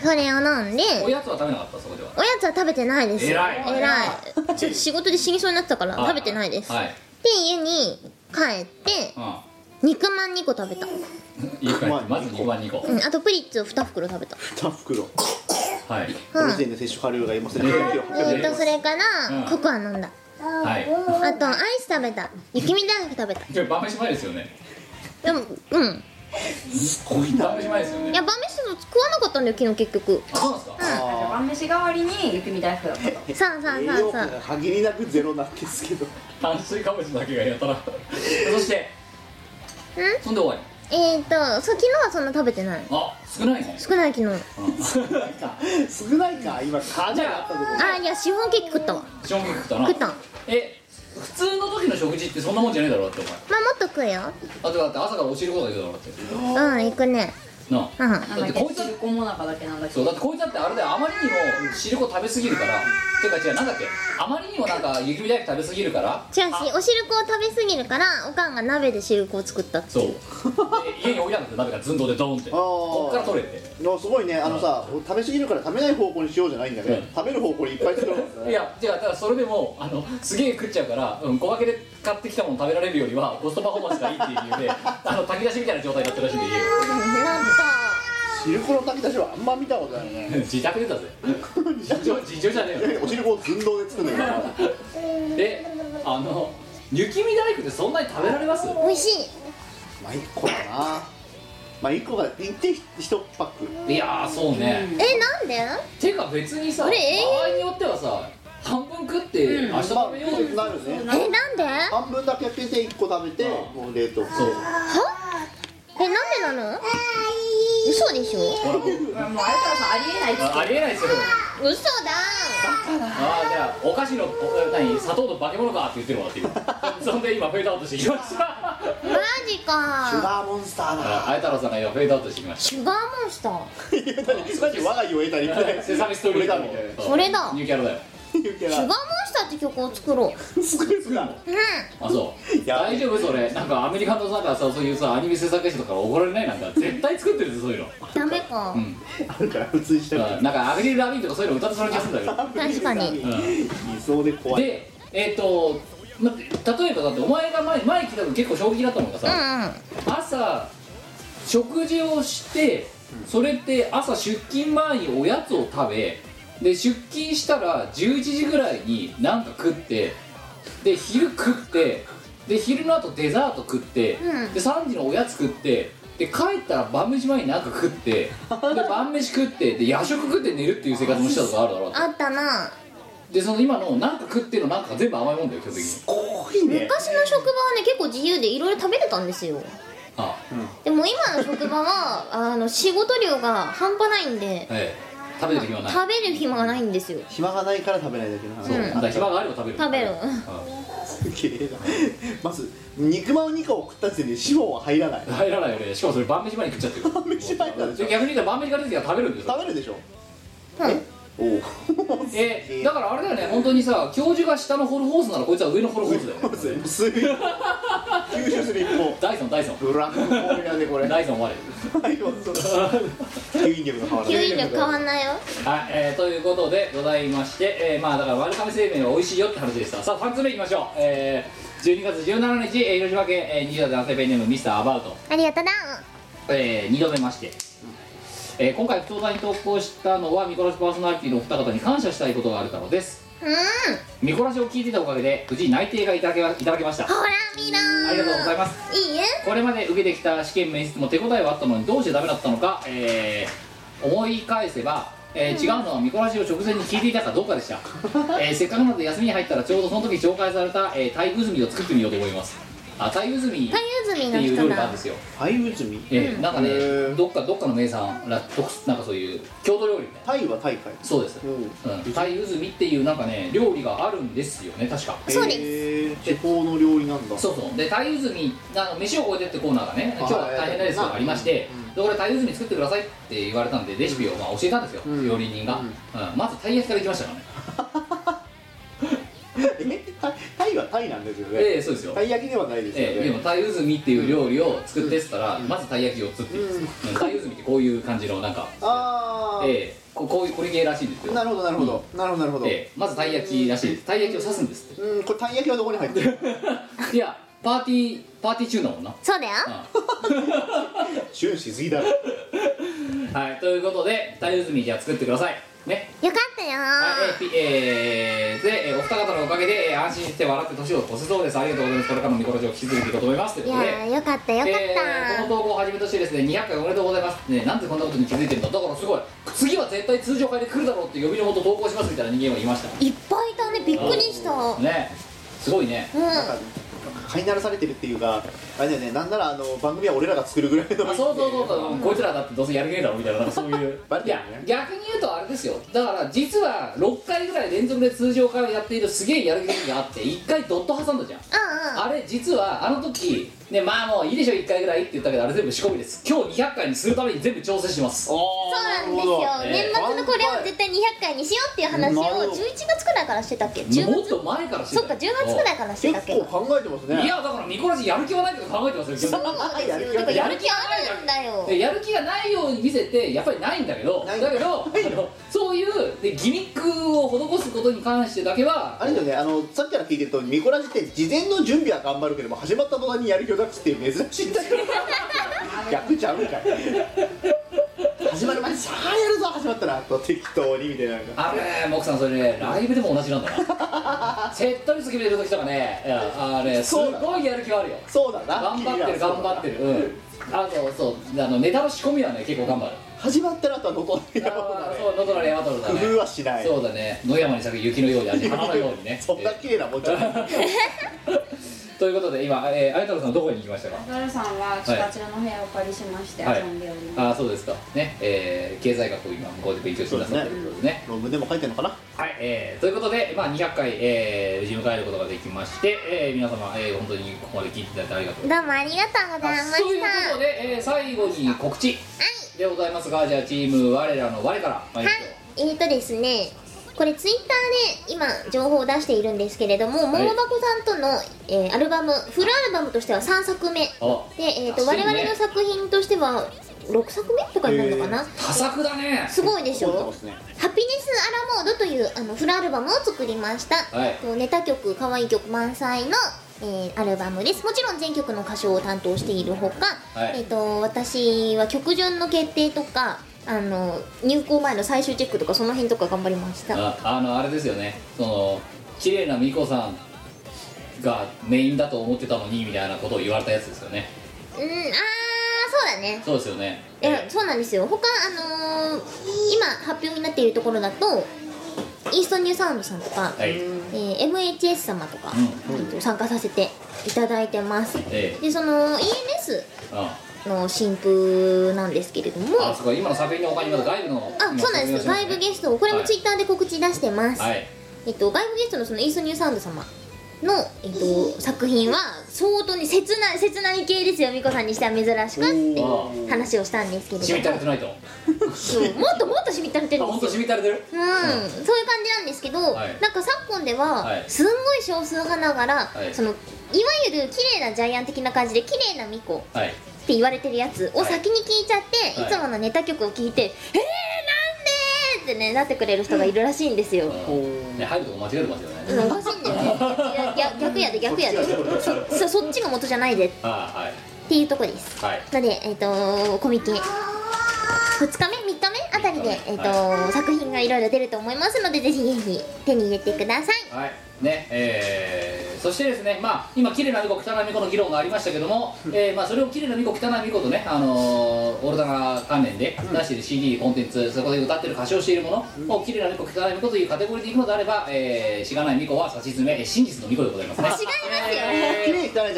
それを飲んでおやつは食べなかったそこではおやつは食べてないです偉い偉いちょっと仕事で死にそうになってたからはい食べてないです、はいで家に帰ってう肉まん2個食べた、んいいかいまず2番2個うん、あとプリッツを2袋食べた2袋はいこの時点で摂取カロリーが今え1800ー、とそれからうんココア飲んだはいあとアイス食べた雪見大福食べたで晩飯前ですよねでもうんすごい晩飯前ですよいねや晩飯と食わなかったんだよ昨日結局あそうなんですか晩飯代わりに雪見大福だったとさあさあ栄さ養あ価さが限りなくゼロなんですけど炭水化物だけがやたらそしてうんそんで終わりあえっ、ー、とそう昨日はそんな食べてないあ少ないね少ない昨日少ないか今カジャがあったとこあーいやシフォンケーキ食ったわショーンケーキ食ったな食ったまあもえ普通の時の食事ってそんなもんじゃねえだろだってお前っと食うよあとだって朝からお汁粉だけだろだってうん行くねなあうんなんだっだってけこいつ汁粉もなかだっけなんだっけそうだってこいつだってあれだよあまりにも汁粉食べ過ぎるからてか違うなんだっけあまりにもなんか雪見大福食べ過ぎるから違うしお汁粉を食べ過ぎるからおかんが鍋で汁粉を作ったっ てそういうで家に置いてあったんだよ鍋が寸胴でドーンってあーこっから取れてのすごいねあのさ食べ過ぎるから食べない方向にしようじゃないんだねうん食べる方向にいっぱい作ろうんですいねや違うただそれでもあの すげえ食っちゃうから、うん、小分けで買ってきたもの食べられるよりはコストパフォーマンスがいいっていう理由 であの炊き出しみたいな状態になってるらしいんでなんか汁粉の炊き出しはあんま見たことないね家自宅でだぜ 自助自助じゃねいやいやお汁粉を寸胴で作るんだけえよであの雪見大福ってそんなに食べられます美味しいまあ1個だなまあ1個が一定1パックいやーそうね、えなんでてか別にさ場あれえー合によってはさ半分食って明日まあ食べようよ、 なるねえなんで半分だけ開けて1個食べてもう冷凍そうえなんでなの嘘でしょもうあれからさありえないっつってあありえないですよ嘘だああじゃあお菓子の お何砂糖の化け物かって言ってるわっていうそんで今フェードアウトしてきましたマジジかーモンスターだあや太郎さんが今フェードアウトしてきましシュガーモンスターマジ我が家を得たりみたいなセサミストーリーこれだみたいたそれだニューキャラだよシュガーモンスターって曲を作ろう作るかうあそう大丈夫それなんかアメリカのさなんかさそういうさアニメ制作者とか怒られないなんか絶対作ってるぜそういうのんダメか、うんあるから普通にしてるなんかアビリル・ラビーンとかそういうの歌ってそうな気がするんだけど確かにいそうで怖いでえっ、と、ま、例えばだってお前が前前来た時結構衝撃だったのがうさ、んうん朝食事をしてそれって朝出勤前におやつを食べで出勤したら11時ぐらいになんか食ってで昼食ってで昼の後デザート食って、うんで3時のおやつ食ってで帰ったら晩飯前になんか食ってで晩飯食ってで夜食食って寝るっていう生活もしたとかあるだろうとあったなでその今のなんか食ってるのなんかが全部甘いもんだよ基本的に怖いね昔の職場はね結構自由でいろいろ食べてたんですよあ、でも今の職場 はあの仕事量が半端ないんでええ食べてる暇ない食べる暇がないんですよ暇がないから食べないだけなそう、だから暇があれば食べる食べるすげえな まず肉まん2個を食った時点で脂肪は入らない入らないよねしかもそれ晩飯前に食っちゃってる晩飯前なんでしょで逆に言ったら晩飯から出てきたら食べるんでしょ食べるでしょえだからあれだよね本当にさ教授が下のホルホースならこいつは上のホルホースだよ、ね、吸い 吸収する一方ダイソンダイソンブラックホールだねこれダイソン我吸引力が変わらな吸い引力変わんないよはい、えーということでございまして、えーまあだから丸亀製麺は美味しいよって話でしたさあ3つ目いきましょう、えー、12月17日えー広島県、えー、20代男性ペンネームミスターアバウト、ありがとうだえ2度目まして、えー今回不登壇に投稿したのは見殺しパーソナリティのお二方に感謝したいことがあるからですうん見殺しを聞いてたおかげで無事内定がいただけまいただけましたほら見ろーありがとうございますいいえこれまで受けてきた試験面接も手応えはあったのにどうしてダメだったのか、えー思い返せば、えー違うのは見こらしを直前に聞いていたかどうかで した、えーせっかくなので休みに入ったらちょうどその時紹介された、えー、タイグズミを作ってみようと思いますあタイグズミ太っ陽て済みのいう料人理があるんだですよ、タイ渦ミえーなんかへねーどっかどっかの名産らどっなんかそういう郷土料理みたいなタイはタイかいそうです、うん、タイグズミっていうなんかね料理があるんですよね確かそうですです地方の料理なんだそうそうで「鯛うずみあの飯を超えて」ってコーナーがね今日は大変なレースがありまして、で俺鯛うずみ作ってくださいって言われたんでレシピをまあ教えたんですよ、うん料理人が、ううんんまず鯛焼きからいきましたからねえタイタイはタイなんですよねええそうですよタイ焼きではないですよねええでも鯛うずみっていう料理を作ってっつったら、まず鯛焼きを作ってうんうん鯛うずみってこういう感じのなんかああええここういうこれ系らしいんですよなるほどなるほどなるほどなるほどええまず鯛焼きらしいです鯛焼きを刺すんですっうんこれタイ焼きはどこに入ってるていやパーティーパーティー中だもんなそうだよシュンしすぎだろうんはいということで鯛うずみじゃあ作ってくださいねよかったよはいー、えーピえーで、えーお二方のおかげで、えー安心して笑って年を越せそうですありがとうございますこれからもニコラジオを引き続きいこうと思いますといういことでやーよかったよかった、えーこの投稿をはじめとしてですね200回おめでとうございますねなんでこんなことに気づいてるんだだからすごい次は絶対通常会で来るだろうって呼びのもと投稿しますみたいな人間はいましたいっぱいいたねびっくりしたうんねすごいねなんか飼い慣らされてるっていうかあれだよねなんならあの番組は俺らが作るぐらいのあそうそうそうそう、こいつらだってどうせやる気ねえだろみたいななんかそういうバレいてるやよね逆に言うとあれですよだから実は6回ぐらい連続で通常会をやっているすげえやる気があって1回ドット挟んだじゃんうんあれ実はあの時ねまあもういいでしょ1回ぐらいって言ったけどあれ全部仕込みです今日200回にするために全部調整してますそそうなんですよ、年末のこれを絶対200回にしようっていう話をなるほど11月くらいからしてたっけ10もっ月と前からしてそっか10月くらいからしてたっけ結構考えてますいねやだからミコラジやる気はないけど考えてますよ そうなんですよだやるか気らがやないる気あるんだよでやる気がないように見せてやっぱりないんだけどだないけどあのそういうでギミックを施すことに関してだけはあれだよねあのさっきから聞いてるとミコラジって事前の準備は頑張るけども始まった途端にやる気をなくすっていう珍しいんだけど逆ちゃうんかい始まる前にさあやるぞ始まったらと適当にみたいななんかあれモクさんそれねライブでも同じなんだ なセット率決めてる時とかねいやあれすそうだごいやる気はあるよそうだな頑張ってる頑張ってるうんあとそうあのネタの仕込みはね結構頑張る始まったらあとは残ってやろうあだーねそう、ノトラレアバトルだね工夫はしないそう だね野山に咲く雪のように花のようにねそんな綺麗なもんじゃないとということで今、えー、あやたろさんはどこに行きましたかドルさんはちかちらの部屋をお借りしましてはい遊んでおります、ああそうですかねえー経済学を今向こうで勉強してくださってるということですね論文でも書いてるのかなはい、えーということで、まあ、200回、えー、無事迎えることができまして、えー皆様、えー本当にここまで聞いていただいてありがとうございますどうもありがとうございましたということで、えー最後に告知でございますが、じゃあチーム我らの我から参りましょうえーとですねこれツイッターで今情報を出しているんですけれどはも、い桃箱さんとの、えーアルバムフルアルバムとしては3作目で、あえー、と安我いね々の作品としては6作目とかになるのかな、多作だねすごいでしょすねハピネス・アラモードというあのフルアルバムを作りました、はいとネタ曲可愛い曲満載の、えーアルバムですもちろん全曲の歌唱を担当しているほか、はいえー、と私は曲順の決定とかあの入稿前の最終チェックとかその辺とか頑張りましたああのあれですよねその綺麗な美子さんがメインだと思ってたのにみたいなことを言われたやつですよねうんあーそうだねそうですよねいやそうなんですよ他あのー今発表になっているところだとイーストニューサウンドさんとか、はいえー MHS 様とか、えーと参加させていただいてます、ええでその ENS あの新風なんですけれどもあそこ今の作品の他にまだ外部のあそうなんです外部ゲストをこれもツイッターで告知出してます、はいえっと、外部ゲストのそのイーストニューサウンド様の、えっと、作品は相当に切ない切ない系ですよ美子さんにしては珍しくって話をしたんですけれどしもみたれてないとそうもっともっとしみったれてるんです本よ当しみたれてるうん、そういう感じなんですけど、はいなんか昨今では、はいすんごい少数派ながら、はいそのいわゆる綺麗なジャイアン的な感じで綺麗な巫女っはいて言われてるやつを先に聞いちゃって、はいい、つものネタ曲を聞いて「えー、なんで?」ってねなってくれる人がいるらしいんですよ、ね入るとこ間違えてますようんおねかしいんだよねいやいや逆やで逆やでそっちそそっちが元じゃないでっあはいていうとこですはいなので、えっとコミケ2日目3日目あたりで、えっとは作品がいろいろ出ると思いますのでぜひぜひ手に入れてくださいはいねえーそしてですね、まあ、今、綺麗な巫女、汚い巫女の議論がありましたけども、えーまあ、それを綺麗な巫女、汚い巫女とね、あのーオルタナ関連で出している CD、コンテンツ、そこで歌ってる、歌唱しているものを、綺麗な巫女、汚い巫女というカテゴリーでいくのであれば、えーしがない巫女は差し詰め、えー真実の巫女でございますね。綺麗に汚いじゃない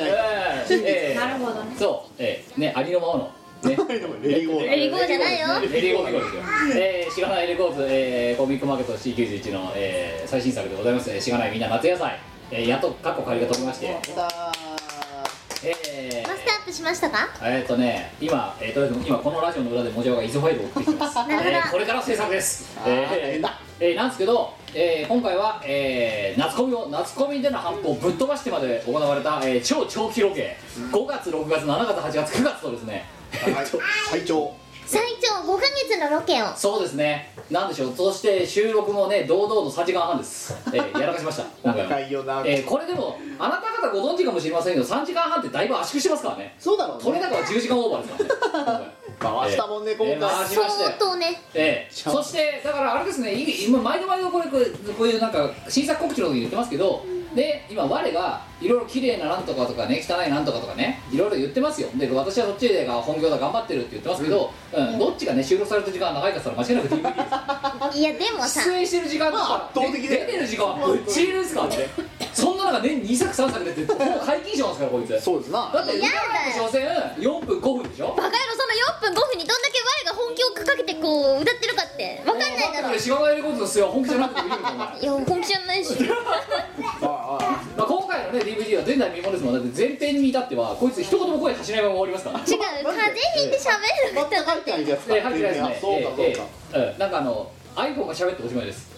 えーそう、えーね、ありのままの。ね、レリゴーレリゴーじゃないよレリゴーってことですよ。えー、しがないレコーズ、えー、コミックマーケット C91 の、えー、最新作でございます。えーしがないみんな夏野菜。えー、やっと過去借りが飛びまして。えマスターアップしましたかー、えーとね、今、えー、とりあえず今このラジオの裏で文字がイズファイルを送ってきてます。なるほどえーこれから制作です。あー大え変ーだえーなんですけど、えー今回は、えー夏コミを夏コミでの反歩をぶっ飛ばしてまで行われた、えー超長期ロケ、5月、6月、7月、8月、9月とですね、最長最長5ヶ月のロケをそうですね、なんでしょう、そして収録もね、堂々と3時間半です、え ーやらかしました、今回長は。いよなえーこれでも、あなた方ご存知かもしれませんけど、3時間半ってだいぶ圧縮してますからね、そうだろう取れね高は10時間オーバーですから ね、回したもんね今えー回回しました相よ。当ねええ、そしてだからあれですねい今毎度毎度これこうこういうなんか新作告知の時に言ってますけどで今我がいろいろ綺麗ななんとかとかね汚いなんとかとかねいろいろ言ってますよで私はそっちが本業だ頑張ってるって言ってますけど、うんどっちがね収録された時間が長いかって言ったら間違いなく DVD ですいやでもさ出演してる時間とまあか圧、倒ね的だ出よてる時間はぶっちぎりですからねそんな中年2作3作出てもう解禁賞なんですからこいつだそうですなって歌なんて所詮4分5分でしょバカ野郎その4分5分にどんだけ我が本気をかけてこう歌ってるかってわかんないだろこれ芝がやることですよ本気じゃなくてもいいのかお前いや本気じゃないしまあ、今回のね DVD は前代未聞ですもんだって前編に至ってはこいつ一言も声発しないまま終わります から違う風邪ひいて喋る全く入ってないじゃん えー入ってないですねそうかそうかえーえーうんなんかあの iPhone が喋っておしまいです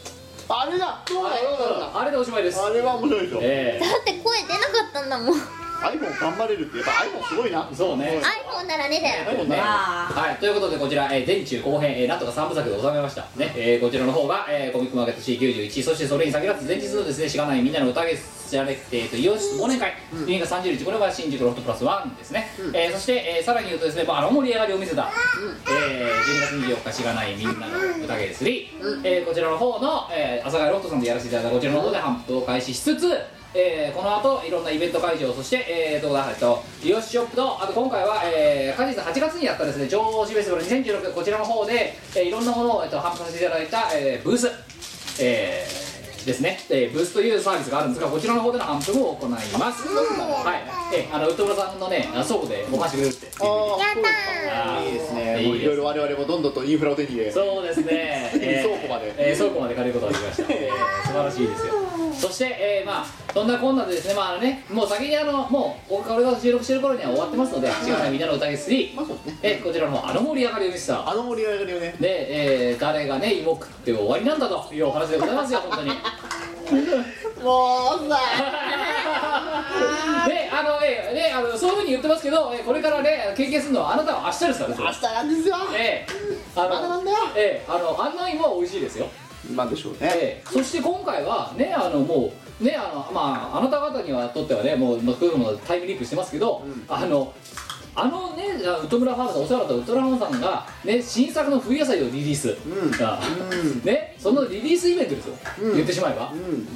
あれだそうだそうだあれでおしまいですあれは面白いでしょえだって声出なかったんだもん iPhone 頑張れるってやっぱ iPhone すごいなーそうね iPhone ならねだよそうねはい、ということでこちら、えー前中後編、えーなんとか3部作で収めました、ねえーこちらの方が、えーコミックマーケット C91 そしてそれに先立つ前日のですねしがないみんなの宴じゃなくて、えーとイオシス忘年会2月30日これは新宿ロフトプラスワンですね、えーそして、えーさらに言うとですね、まあ、あの盛り上がりを見せた、えー12月24日しがないみんなの宴ですり、えーこちらの方の、えー、阿佐ヶ谷ロフトさんでやらせていただいたこちらの方で反復を開始しつつえーこの後いろんなイベント会場そして、えー、どうだえっとイオシショップとあと今回は、えー、果実8月にやったですね情報シフェスティバル2016こちらの方で、えーいろんなものを、えっと、販売させていただいた、えーブース、えーですね、えーブースというサービスがあるんですがこちらの方での販布を行います、はいえーあのウッドブラさんのねあ倉庫でお貸してくれるってああいいですねもういろいろ我々もどんどんとインフラを手に入れそうです ねえー倉庫までえー倉庫まで借りることができました、 えー素晴らしいですよそして、えーまあそんなこんなでですねまああのねもう先にあのもうこれが収録してる頃には終わってますので「志さんみんなの歌い3」えーこちらの方あの盛り上がりを見せたあの盛り上がりをねで、えー誰がね芋食って終わりなんだというお話でございます よ本当にもうさであのねねあのそういうふうに言ってますけど、えーこれからね経験するのはあなたは明日ですからねそれ明日なんですよええあのええあの案内も美味しいですよまあでしょうね、ええそして今回はねあのもうねあのまああなた方にはとってはねもうまあこういうのもタイムリープしてますけど、あのあのね、あウッド村ファームさん、お世話だったウッドラマンさんが、ね、新作の冬野菜をリリース、あね、そのリリースイベントですよ、言ってしまえば、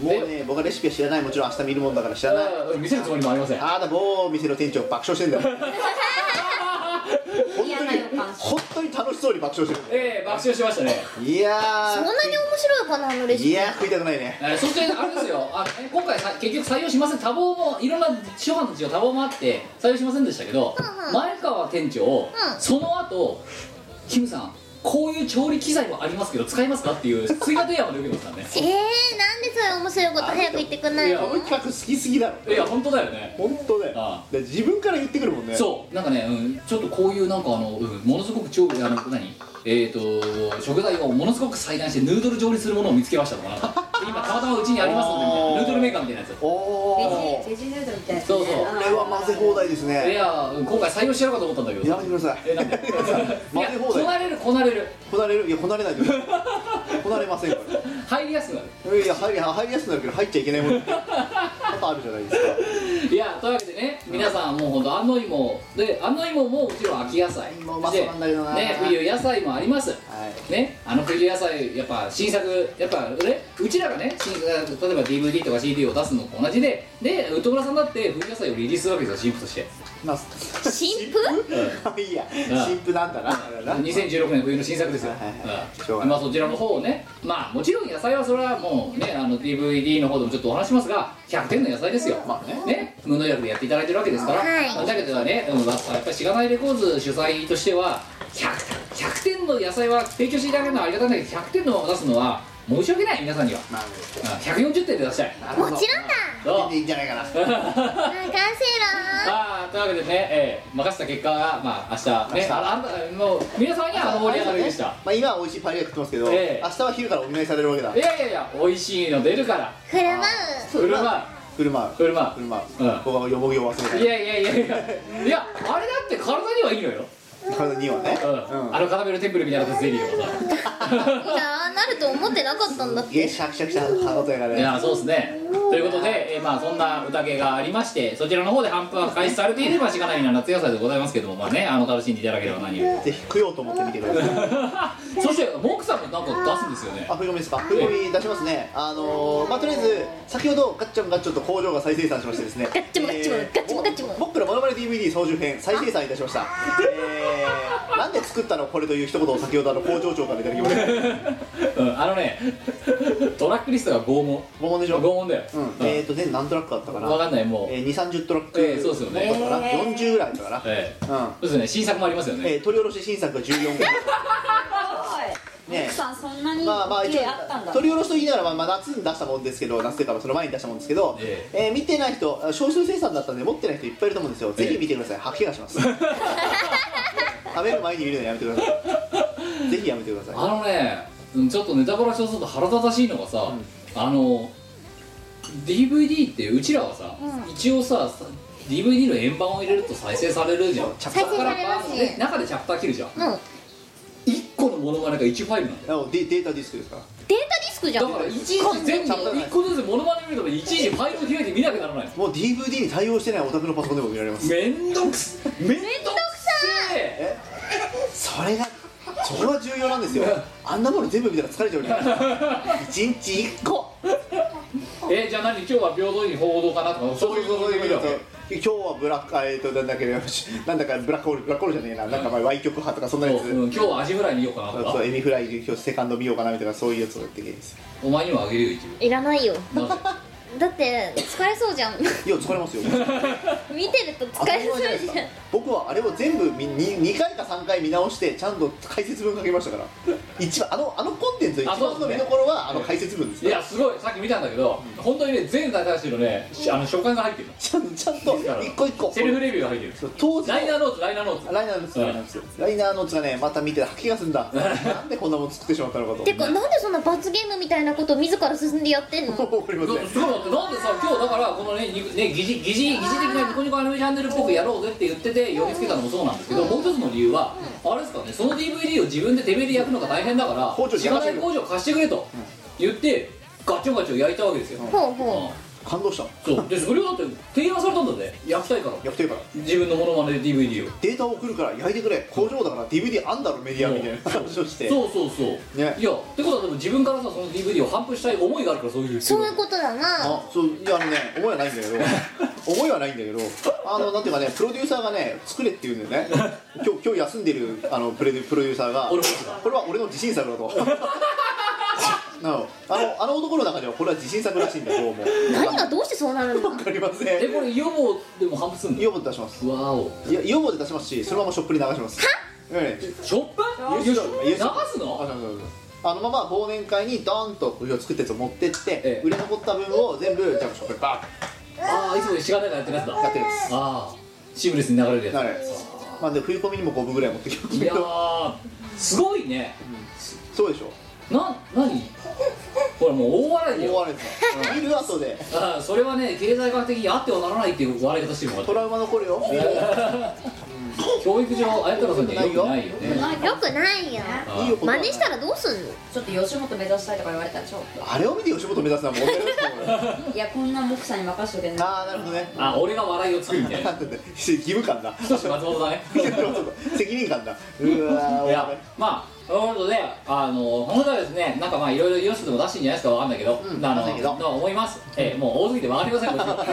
もうね僕はレシピは知らないもちろん明日見るもんだから知らないあ見せるつもりもありませんあだ某店の店長爆笑して んだよ嫌な予感本当に楽しそうに爆笑してええ爆笑しましたねるいやそんなにー面白いかなあのレシいピやー食いたくないねえーそしてあれですよあのね今回さ結局採用しません多忙もいろんな師範の事情多忙もあって採用しませんでしたけど、うんうん前川店長、んその後キムさんこういう調理機材もありますけど使いますかっていう追加提案を受けてましたね えー、なんでそういう面白いこと早く言ってくんないいやのこの企画好きすぎだろいや本当だよね本当だよあで自分から言ってくるもんねそうなんかね、うん、ちょっとこういうなんかあの、うんものすごく調理あの何えー、と食材をものすごく裁断してヌードル状にするものを見つけましたと かなんか今たまたまうちにありますのでみたいなヌードルメーカーみたいなやつおおベジベジヌードルみたいなやつねそうそうこれは混ぜ放題でいすねやうん今回採用しようかと思ったんだけどやめてくださいえなんでい混やぜ放こ題なれるこなれるこなれるいやこなれないと思うこなれませんか入りやすくなるらいや入り入りやすくなるけど入っちゃいけないものやっぱあるじゃないですかいやというわけでね皆さんもうほんと安納芋で安納芋ももちろん秋野菜もうまそうなんだけどなでね冬野菜もありますはいね、あの冬野菜やっぱ新作やっぱねうちらがね新例えば DVD とか CD を出すのと同じででウッドブラさんだって冬野菜をリリースするわけですよ新婦としてまあ新婦いいや新婦なんだなな2016年冬の新作ですよ、はいはいはいうんしょうがないまあそちらの方をねまあもちろん野菜はそれはもうねあの DVD の方でもちょっとお話しますが100点の野菜ですよ、まあね無農薬でやっていただいてるわけですから、はいだけどね、うん、やっぱりしがないレコーズ主催としては 100, 100点の野菜は提供していただけるのはありがたいんだけど100点のまま出すのは申し訳ない皆さんには、まあうん、140点で出したいなるもほどちろんだどういいんじゃないかな任せろ まあというわけでね、えー任せた結果が、まあ、明日ね明日ああんたもう皆さんにはあの盛り上がりでしたまあ今は美味しいパエリア食ってますけど明ええ日は昼からお見舞いされるわけだいやいやいや美味しいの出るから振る舞振る舞振る舞うう振る舞振る舞ううん僕はよもぎを忘ういれやいやいやいやいやあれだって体にはいいのよ、ない体にはねうんあのカラメルテンプルみたいなゼリーをさういやーなると思ってなかったんだっていやシャキシャキした歯応えがいねやそうですねということで、えーまあそんな宴がありましてそちらの方で販布は開始されていればしかないな夏野菜でございますけどもまあねあの楽しんでいただければ何よりぜひ食ようと思ってみてくださいそしてモクさんもなんか出すんですよねあ、振り込みですか。振り込み出しますね。あのー、まあ、とりあえず、先ほどガッチャンガッチャンと工場が再生産しましてですね。ガッチャンガッチャンガッチャンガッチャン僕らモノマネ DVD 操縦編再生産いたしました。えー、なんで作ったのこれという一言を先ほどあの工場長からいただきました。 うんあのねトラックリストが拷問拷問でしょ拷問だよ、うん、えーと、全何トラックだったかな。分かんないもうえー、2、30トラック。えーそうですよねもっとかな。40ぐらいだったかええな。うん。そうですね新作もありますよね、えー、取り下ろし新作が14ぐらい。おいね奥さんそんなにまあまあ一応手あったんだ取り下ろしと言いながら、まあ、まあ夏に出したもんですけど夏というかその前に出したもんですけど、ええー見てない人あ少数生産だったんで持ってない人いっぱいいると思うんですよ、ええぜひ見てください吐き気がします 食べる前に見るのやめてくださいぜひやめてくださいあのねうんちょっとネタバラしをすると腹立たしいのがさ、あの DVD ってうちらはさ、一応ささ DVD の円盤を入れると再生されるじゃんチャプタ再生されますねね中でチャプター切るじゃんうん1個のモノマネが1ファイルなんだよあのデデータディスクですからデータディスクじゃんだからいちいち全部1個ずつモノマネ見るためにいちいちファイルを開いて見なきゃならないもう DVD に対応してないお宅のパソコンでも見られますめんどくすめんどくせえそれがそこが重要なんですよあんなもの全部見たら疲れちゃうじゃないですか1日1個えーじゃあ何今日は平等に報道かなとかそういうことで見るわけ今日はブラックあえっとなんだっけなんだかブラックホールブラックホールじゃねえななんか前歪曲派とかそんなやつ、うん今日はアジフライ見ようかなとかそうエビフライで今日セカンド見ようかなみたいなそういうやつをやってきてですお前にもあげるよ一いらないよ部なぜだって疲れそうじゃん いや疲れますよ見てると疲れそうじゃん僕はあれを全部みに 2, 回か3回見直してちゃんと解説文書きましたから一番あのあのコンテンツの一番の見どころはあ,、の解説文です いやすごいさっき見たんだけど、本当にね全大体してるねしあの書簡が入ってるのちゃんちゃんと一個一個セルフレビューが入ってるそう当時のライナーノーツライナーノーツライナーのツライナーのツライナーのツがねまた見て吐き気がするん だなんでこんなもん作ってしまったのかと てかなんでそんな罰ゲームみたいなことを自ら進んでやってん のわかりませんすごいだってなんでさ今日だからこのねにね疑似疑似疑似的なニコニコアニメチャンネルっぽくやろうぜって言ってて呼びつけたのもそうなんですけどもう一つの理由はあれですからねその DVD を自分で手めで焼くのが大変だか包ら丁で知焼らかなせるい工場貸してくれと言ってガチョンガチョン焼いたわけですよ、ほうほ感動したうんそうでそれをだって提案されたんだぜ焼きたいからやってるから自分のモノマネで DVD をデータを送るから焼いてくれ工場だから DVD あんだろメディアみたいな話をしてそうそうそうねいやってことはでも自分からさその DVD を反復したい思いがあるからそういううそういうことだなあそういやあのね思いはないんだけ ど思いはないんだけどあのなんていうかねプロデューサーがね作れって言うんだよね今日今日休んでるあのプレデュプロデューサーが俺もですこれは俺の自信 作だとなのあのあの男の中ではこれは自信作らしいんだよどうも何がどうしてそうなるんだわかりませえんこれ予防でも反復すんのイオボで出しますわーおいやイオボで出しますしそのままショップに流しますええショップ流流すあそうのそうそうあのまま忘年会にドーンと作ったやつを持ってって、ええ売れ残った分を全部じゃあショップにバーッああいつもしがないからやってるやつだやってるんですああシームレスに流れるやなるまあで冬込みにも5分ぐらい持ってきまつすいけやどーすごいねそうでしょな何これもう大笑いだ大よ笑いですね見る後であーそれはね経済学的にあってはならないっていう笑い方してるもんトラウマ残るよ見る教育上あやたらさんにはよくないよねよくないよあーいいよこと真はない似したらどうすんのちょっと吉本目指したいとか言われたらちょっあれを見て吉本目指すのはもうお手軽ですよこ れといやこんな木さんに任しとけないああなるほどね あ俺が笑いを作るみたいな なんてね義務感だ 少し松本だね責任感だうわいーやまあということであの本当はですねなんかまあいろいろよしでも出してんじゃないですかわかんないけど、うんあわかんないけどのと思います、えーもう多すぎてわかりませんこっちも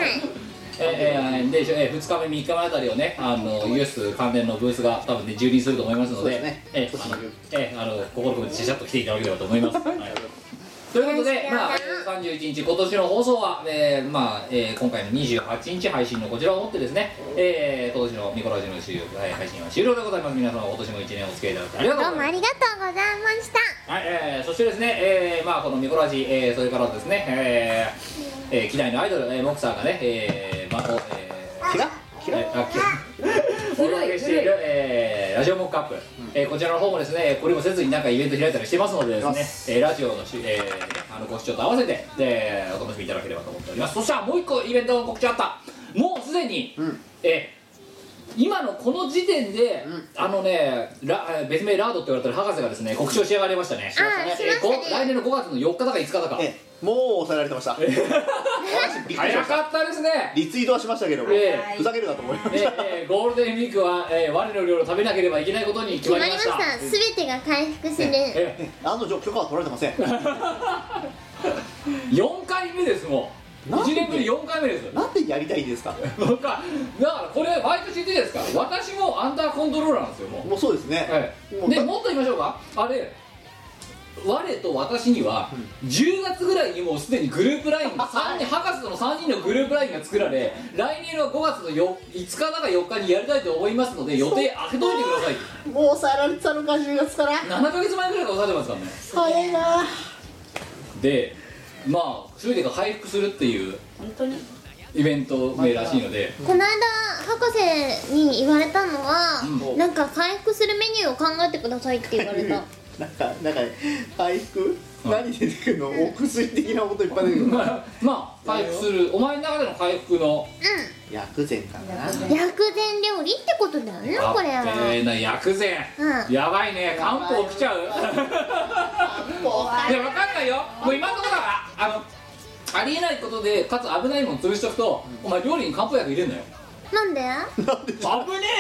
えーえーで、えー、2日目3日目あたりをねあのユース関連のブースが多分ね充実すると思いますのそうでですねえーあのえーあの心込めてちゃちゃっと来ていただければと思 います、はいということで、まあ、31日、今年の放送は、えーまあえー今回の28日配信のこちらをもってですね、えー今年のミコラジの終了はい配信は終了でございます。皆様、今年も1年お付き合いいただきありがとうございうまどもすあ。りがとうございましたはい、えーそしてですね、えーまあこのミコラジ、えーそれからですね、えーえー、機内のアイドル、えー、モクサーがね、えー、まあ、おえー、キラキラえーあ、 きお届けしている、えーラジオモックアップ、えーこちらの方もですね、これもせずになんかイベント開いたりしてますのでですね、えーラジオのし、えーあのご視聴と合わせて、でお楽しみいただければと思っております。そしたらもう一個イベントの告知あった。もうすでに、んえー今のこの時点で、んあのねラえー別名ラードって言われてる博士がですね告知を仕上がりましたねあーしまえーしたこね来年の5月の4日だか5日だかええもう抑えられてました私びっくりしま早しかたったですねリツイートはしましたけどもええふざけるなと思いまえしーたえーゴールデンウィークは、えー我の料理を食べなければいけないことに決決ままりりましましたた全てが回復するえ案の定許可は取られてませんー、4回目ですもうなんで1年ぶり4回目ですなんでやりたいんですか僕はだからこれ毎年言ってるじゃないですか私もアンダーコントローラーなんですよもうもうそうですね、はいもうでだもっと言いましょうかあれ我と私には10月ぐらいにもうすでにグループライ ンが3人博士との3人のグループラインが作られ来年は5月のよ5日だか4日にやりたいと思いますので予定開けといてくださいもう抑えられてたのか10月から7ヶ月前ぐらいから押さえてますからね早いなでまあ全てが回復するっていう本当にイベント名らしいのでこの間博士に言われたのは、うんなんか回復するメニューを考えてくださいって言わ れたなんかなんか回復何出てくるのお薬的なこといっぱい出てくるの まあ回復するお前の中での回復の薬膳かな薬膳料理ってことだよねこれは、ええな薬膳うんやばいね漢方来ちゃういやわかんないよもう今のところはああのありえないことでかつ危ないもん潰しとくと、お前料理に漢方薬入れんなよ なんで危ね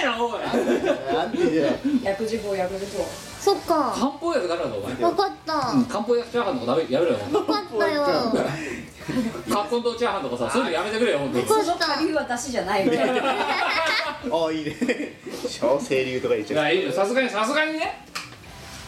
えなおいなんで薬事法薬事法そっか漢方薬だからだお前分かったうん漢方薬チャーハンとか食べやめろよ本分かったよ分か当カッコンとチャーハンとかさそういうのやめてくれよ本当にった理由は出しじゃないみたいなああいいね小清流とか言いっちゃうやいいよさすがにさすがにね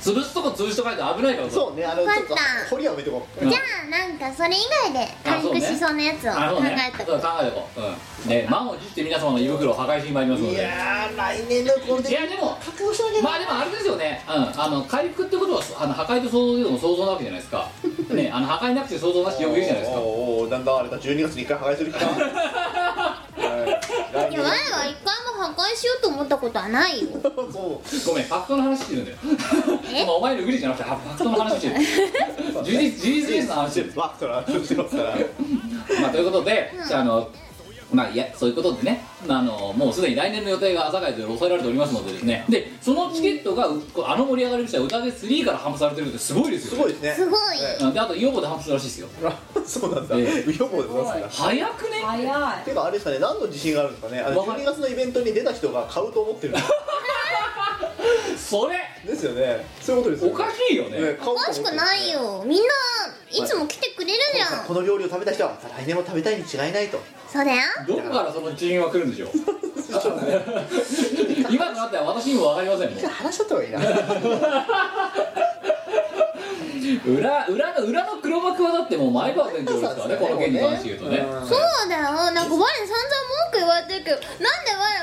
潰すとこ潰しとかないと危ないからさそうねあのちょっわとかった堀は埋めてこううんじゃあなんかそれ以外で回復しそうなやつをあそ考うねえたそう考えてこううんね満を持して皆様の胃袋を破壊しに参りますのでいいややー来年のゴールデンウィークでも覚悟しなきゃなまあでもあれですよね、うん、あの回復ってことはあの破壊と想像での想像なわけじゃないですかねあの破壊なくて想像なしってよく言うじゃないですかおーおーなんだあれだ12月に1回破壊する気かはい来い年や前は一回も破壊しようと思ったことはないよそごめんファクトの話してるんだよえお前お前のグリじゃなくてファクトの話してる事実事実の話してるうワークとラッしてますからまあということで、うんじゃああのまあいやそういうことでね、まあ、あのもうすでに来年の予定が朝会で抑えられておりますのでですねでそのチケットがうこうあの盛り上がり口は歌で3から販布されてるってすごいですよすごいですねすごいはうんであと予防で販布するらしいですよそうなんだえ予え防で出すんだ早くね早いていうかあれですかね何の自信があるんですかねあのわかん12月のイベントに出た人が買うと思ってるそれですよねそういうことですおよかしいよねね買うとお思ってかるしくないよみんないつも来てくれるじゃんこの料理を食べた人は来年も食べたいに違いないとそうだよどこからその人員は来るんでしょう 今となっては私にも分かりませんもん話しちゃった方がいいな 裏裏の裏の黒幕はだってもう毎晩全長ですからねこの件に関して言うとねそうだよなんか我に散々文句言われてるけどなんで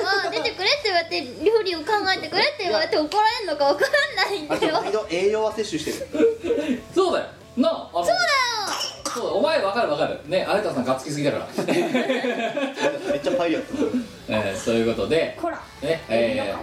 我は出てくれって言われて料理を考えてくれって言われて怒られるのかわかんないんあだとよ毎度栄養は摂取してるそうだよなああのそうだよそうだお前分かる分かるね有田さんがっつきすぎだから めっちゃパイリアえー、ということでほらねえー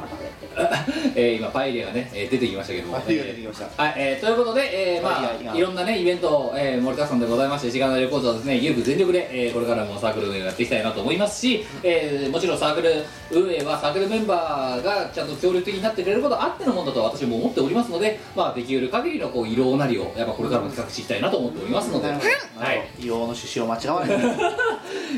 えー今パエリアがね、えー出てきましたけどもパエリア出てきましたはい、えーということで、えーまパエリアあがいろんなねイベント、えー盛りだくさんでございまして時間の旅行者はですねゆうく全力で、えーこれからもサークル運営をやっていきたいなと思いますし、えーもちろんサークル運営はサークルメンバーがちゃんと協力的になってくれることあってのものだと私も思っておりますのでまあできる限りのこう色なりをやっぱこれからも企画していきたいなと思っておりますので、はい硫黄の趣旨を間違わない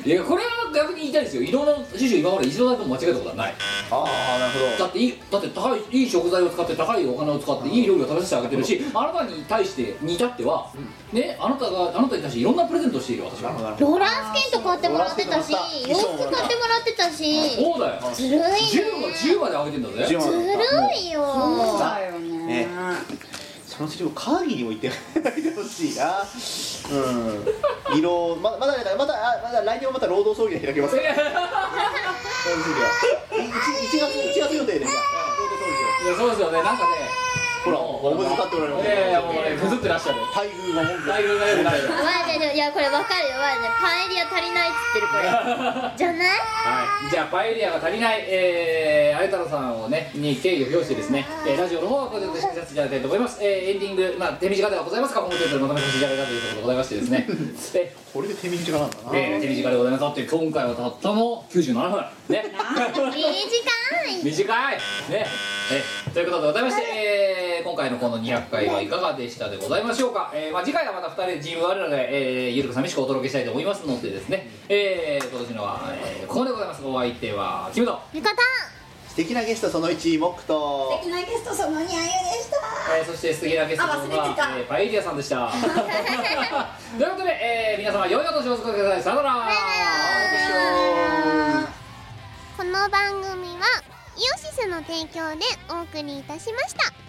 いやこれは逆に言いたいですよ移動の種々今まで一度だけも間違えたことはないああなるほ だっていいだって高いいい食材を使って高いお金を使っていい料理を食べさせてあげてるしあなたに対してに至っては、ねあなたがあなたに対していろんなプレゼントをしているよ私どなるほどはなるほどローラースケート買ってもらってたしロ洋ーラースケートも服ら買っってもらってたしそうだよずるいね10は10まで上げてんだぜ10ず万だったるいよそうだよねねそのセリフカーギーにも言ってないでほしいなうん色ままだだからまだあまだ来年もまた労働葬儀が開けますから労働葬儀は 1, 月1月予定ですいやそうですよねなんかねほらもおむつ買ってもらえいますやいやもうねぐずってらっしゃる労働葬儀は待遇が文句だいぶだいぶだいぶわあいやいやこれわかるよわあパエリア足りないっつってる これじゃないはい、じゃあパエリアが足りない、えー、有太郎さんをねに敬意を表してですね、えーラジオの方はこれで締めさせていただきたいと思います、えーエンディング、まあ、手短ではございますがこの程度でまとめさせていただいたということでございましてです ねでこれで手短なんだなえー手短でございますだって今回はたったの97分ね短 い短いねえということでございまして、えー今回のこの200回はいかがでしたでございましょうか、えーまあ、次回はまた2人でチーム我らで、えーゆるく寂しくお届けしたいと思いますのでですね、えー今年のは、えーここまでございますお相手はキムト味方素敵なゲストその1モックと素敵なゲストそのにあゆでしたえーそして素敵なゲストのあ忘れてたえーパエリアさんでした ということで、えー皆様良いお年をお過ごしくださいさよならこの番組はイオシスの提供でお送りいたしました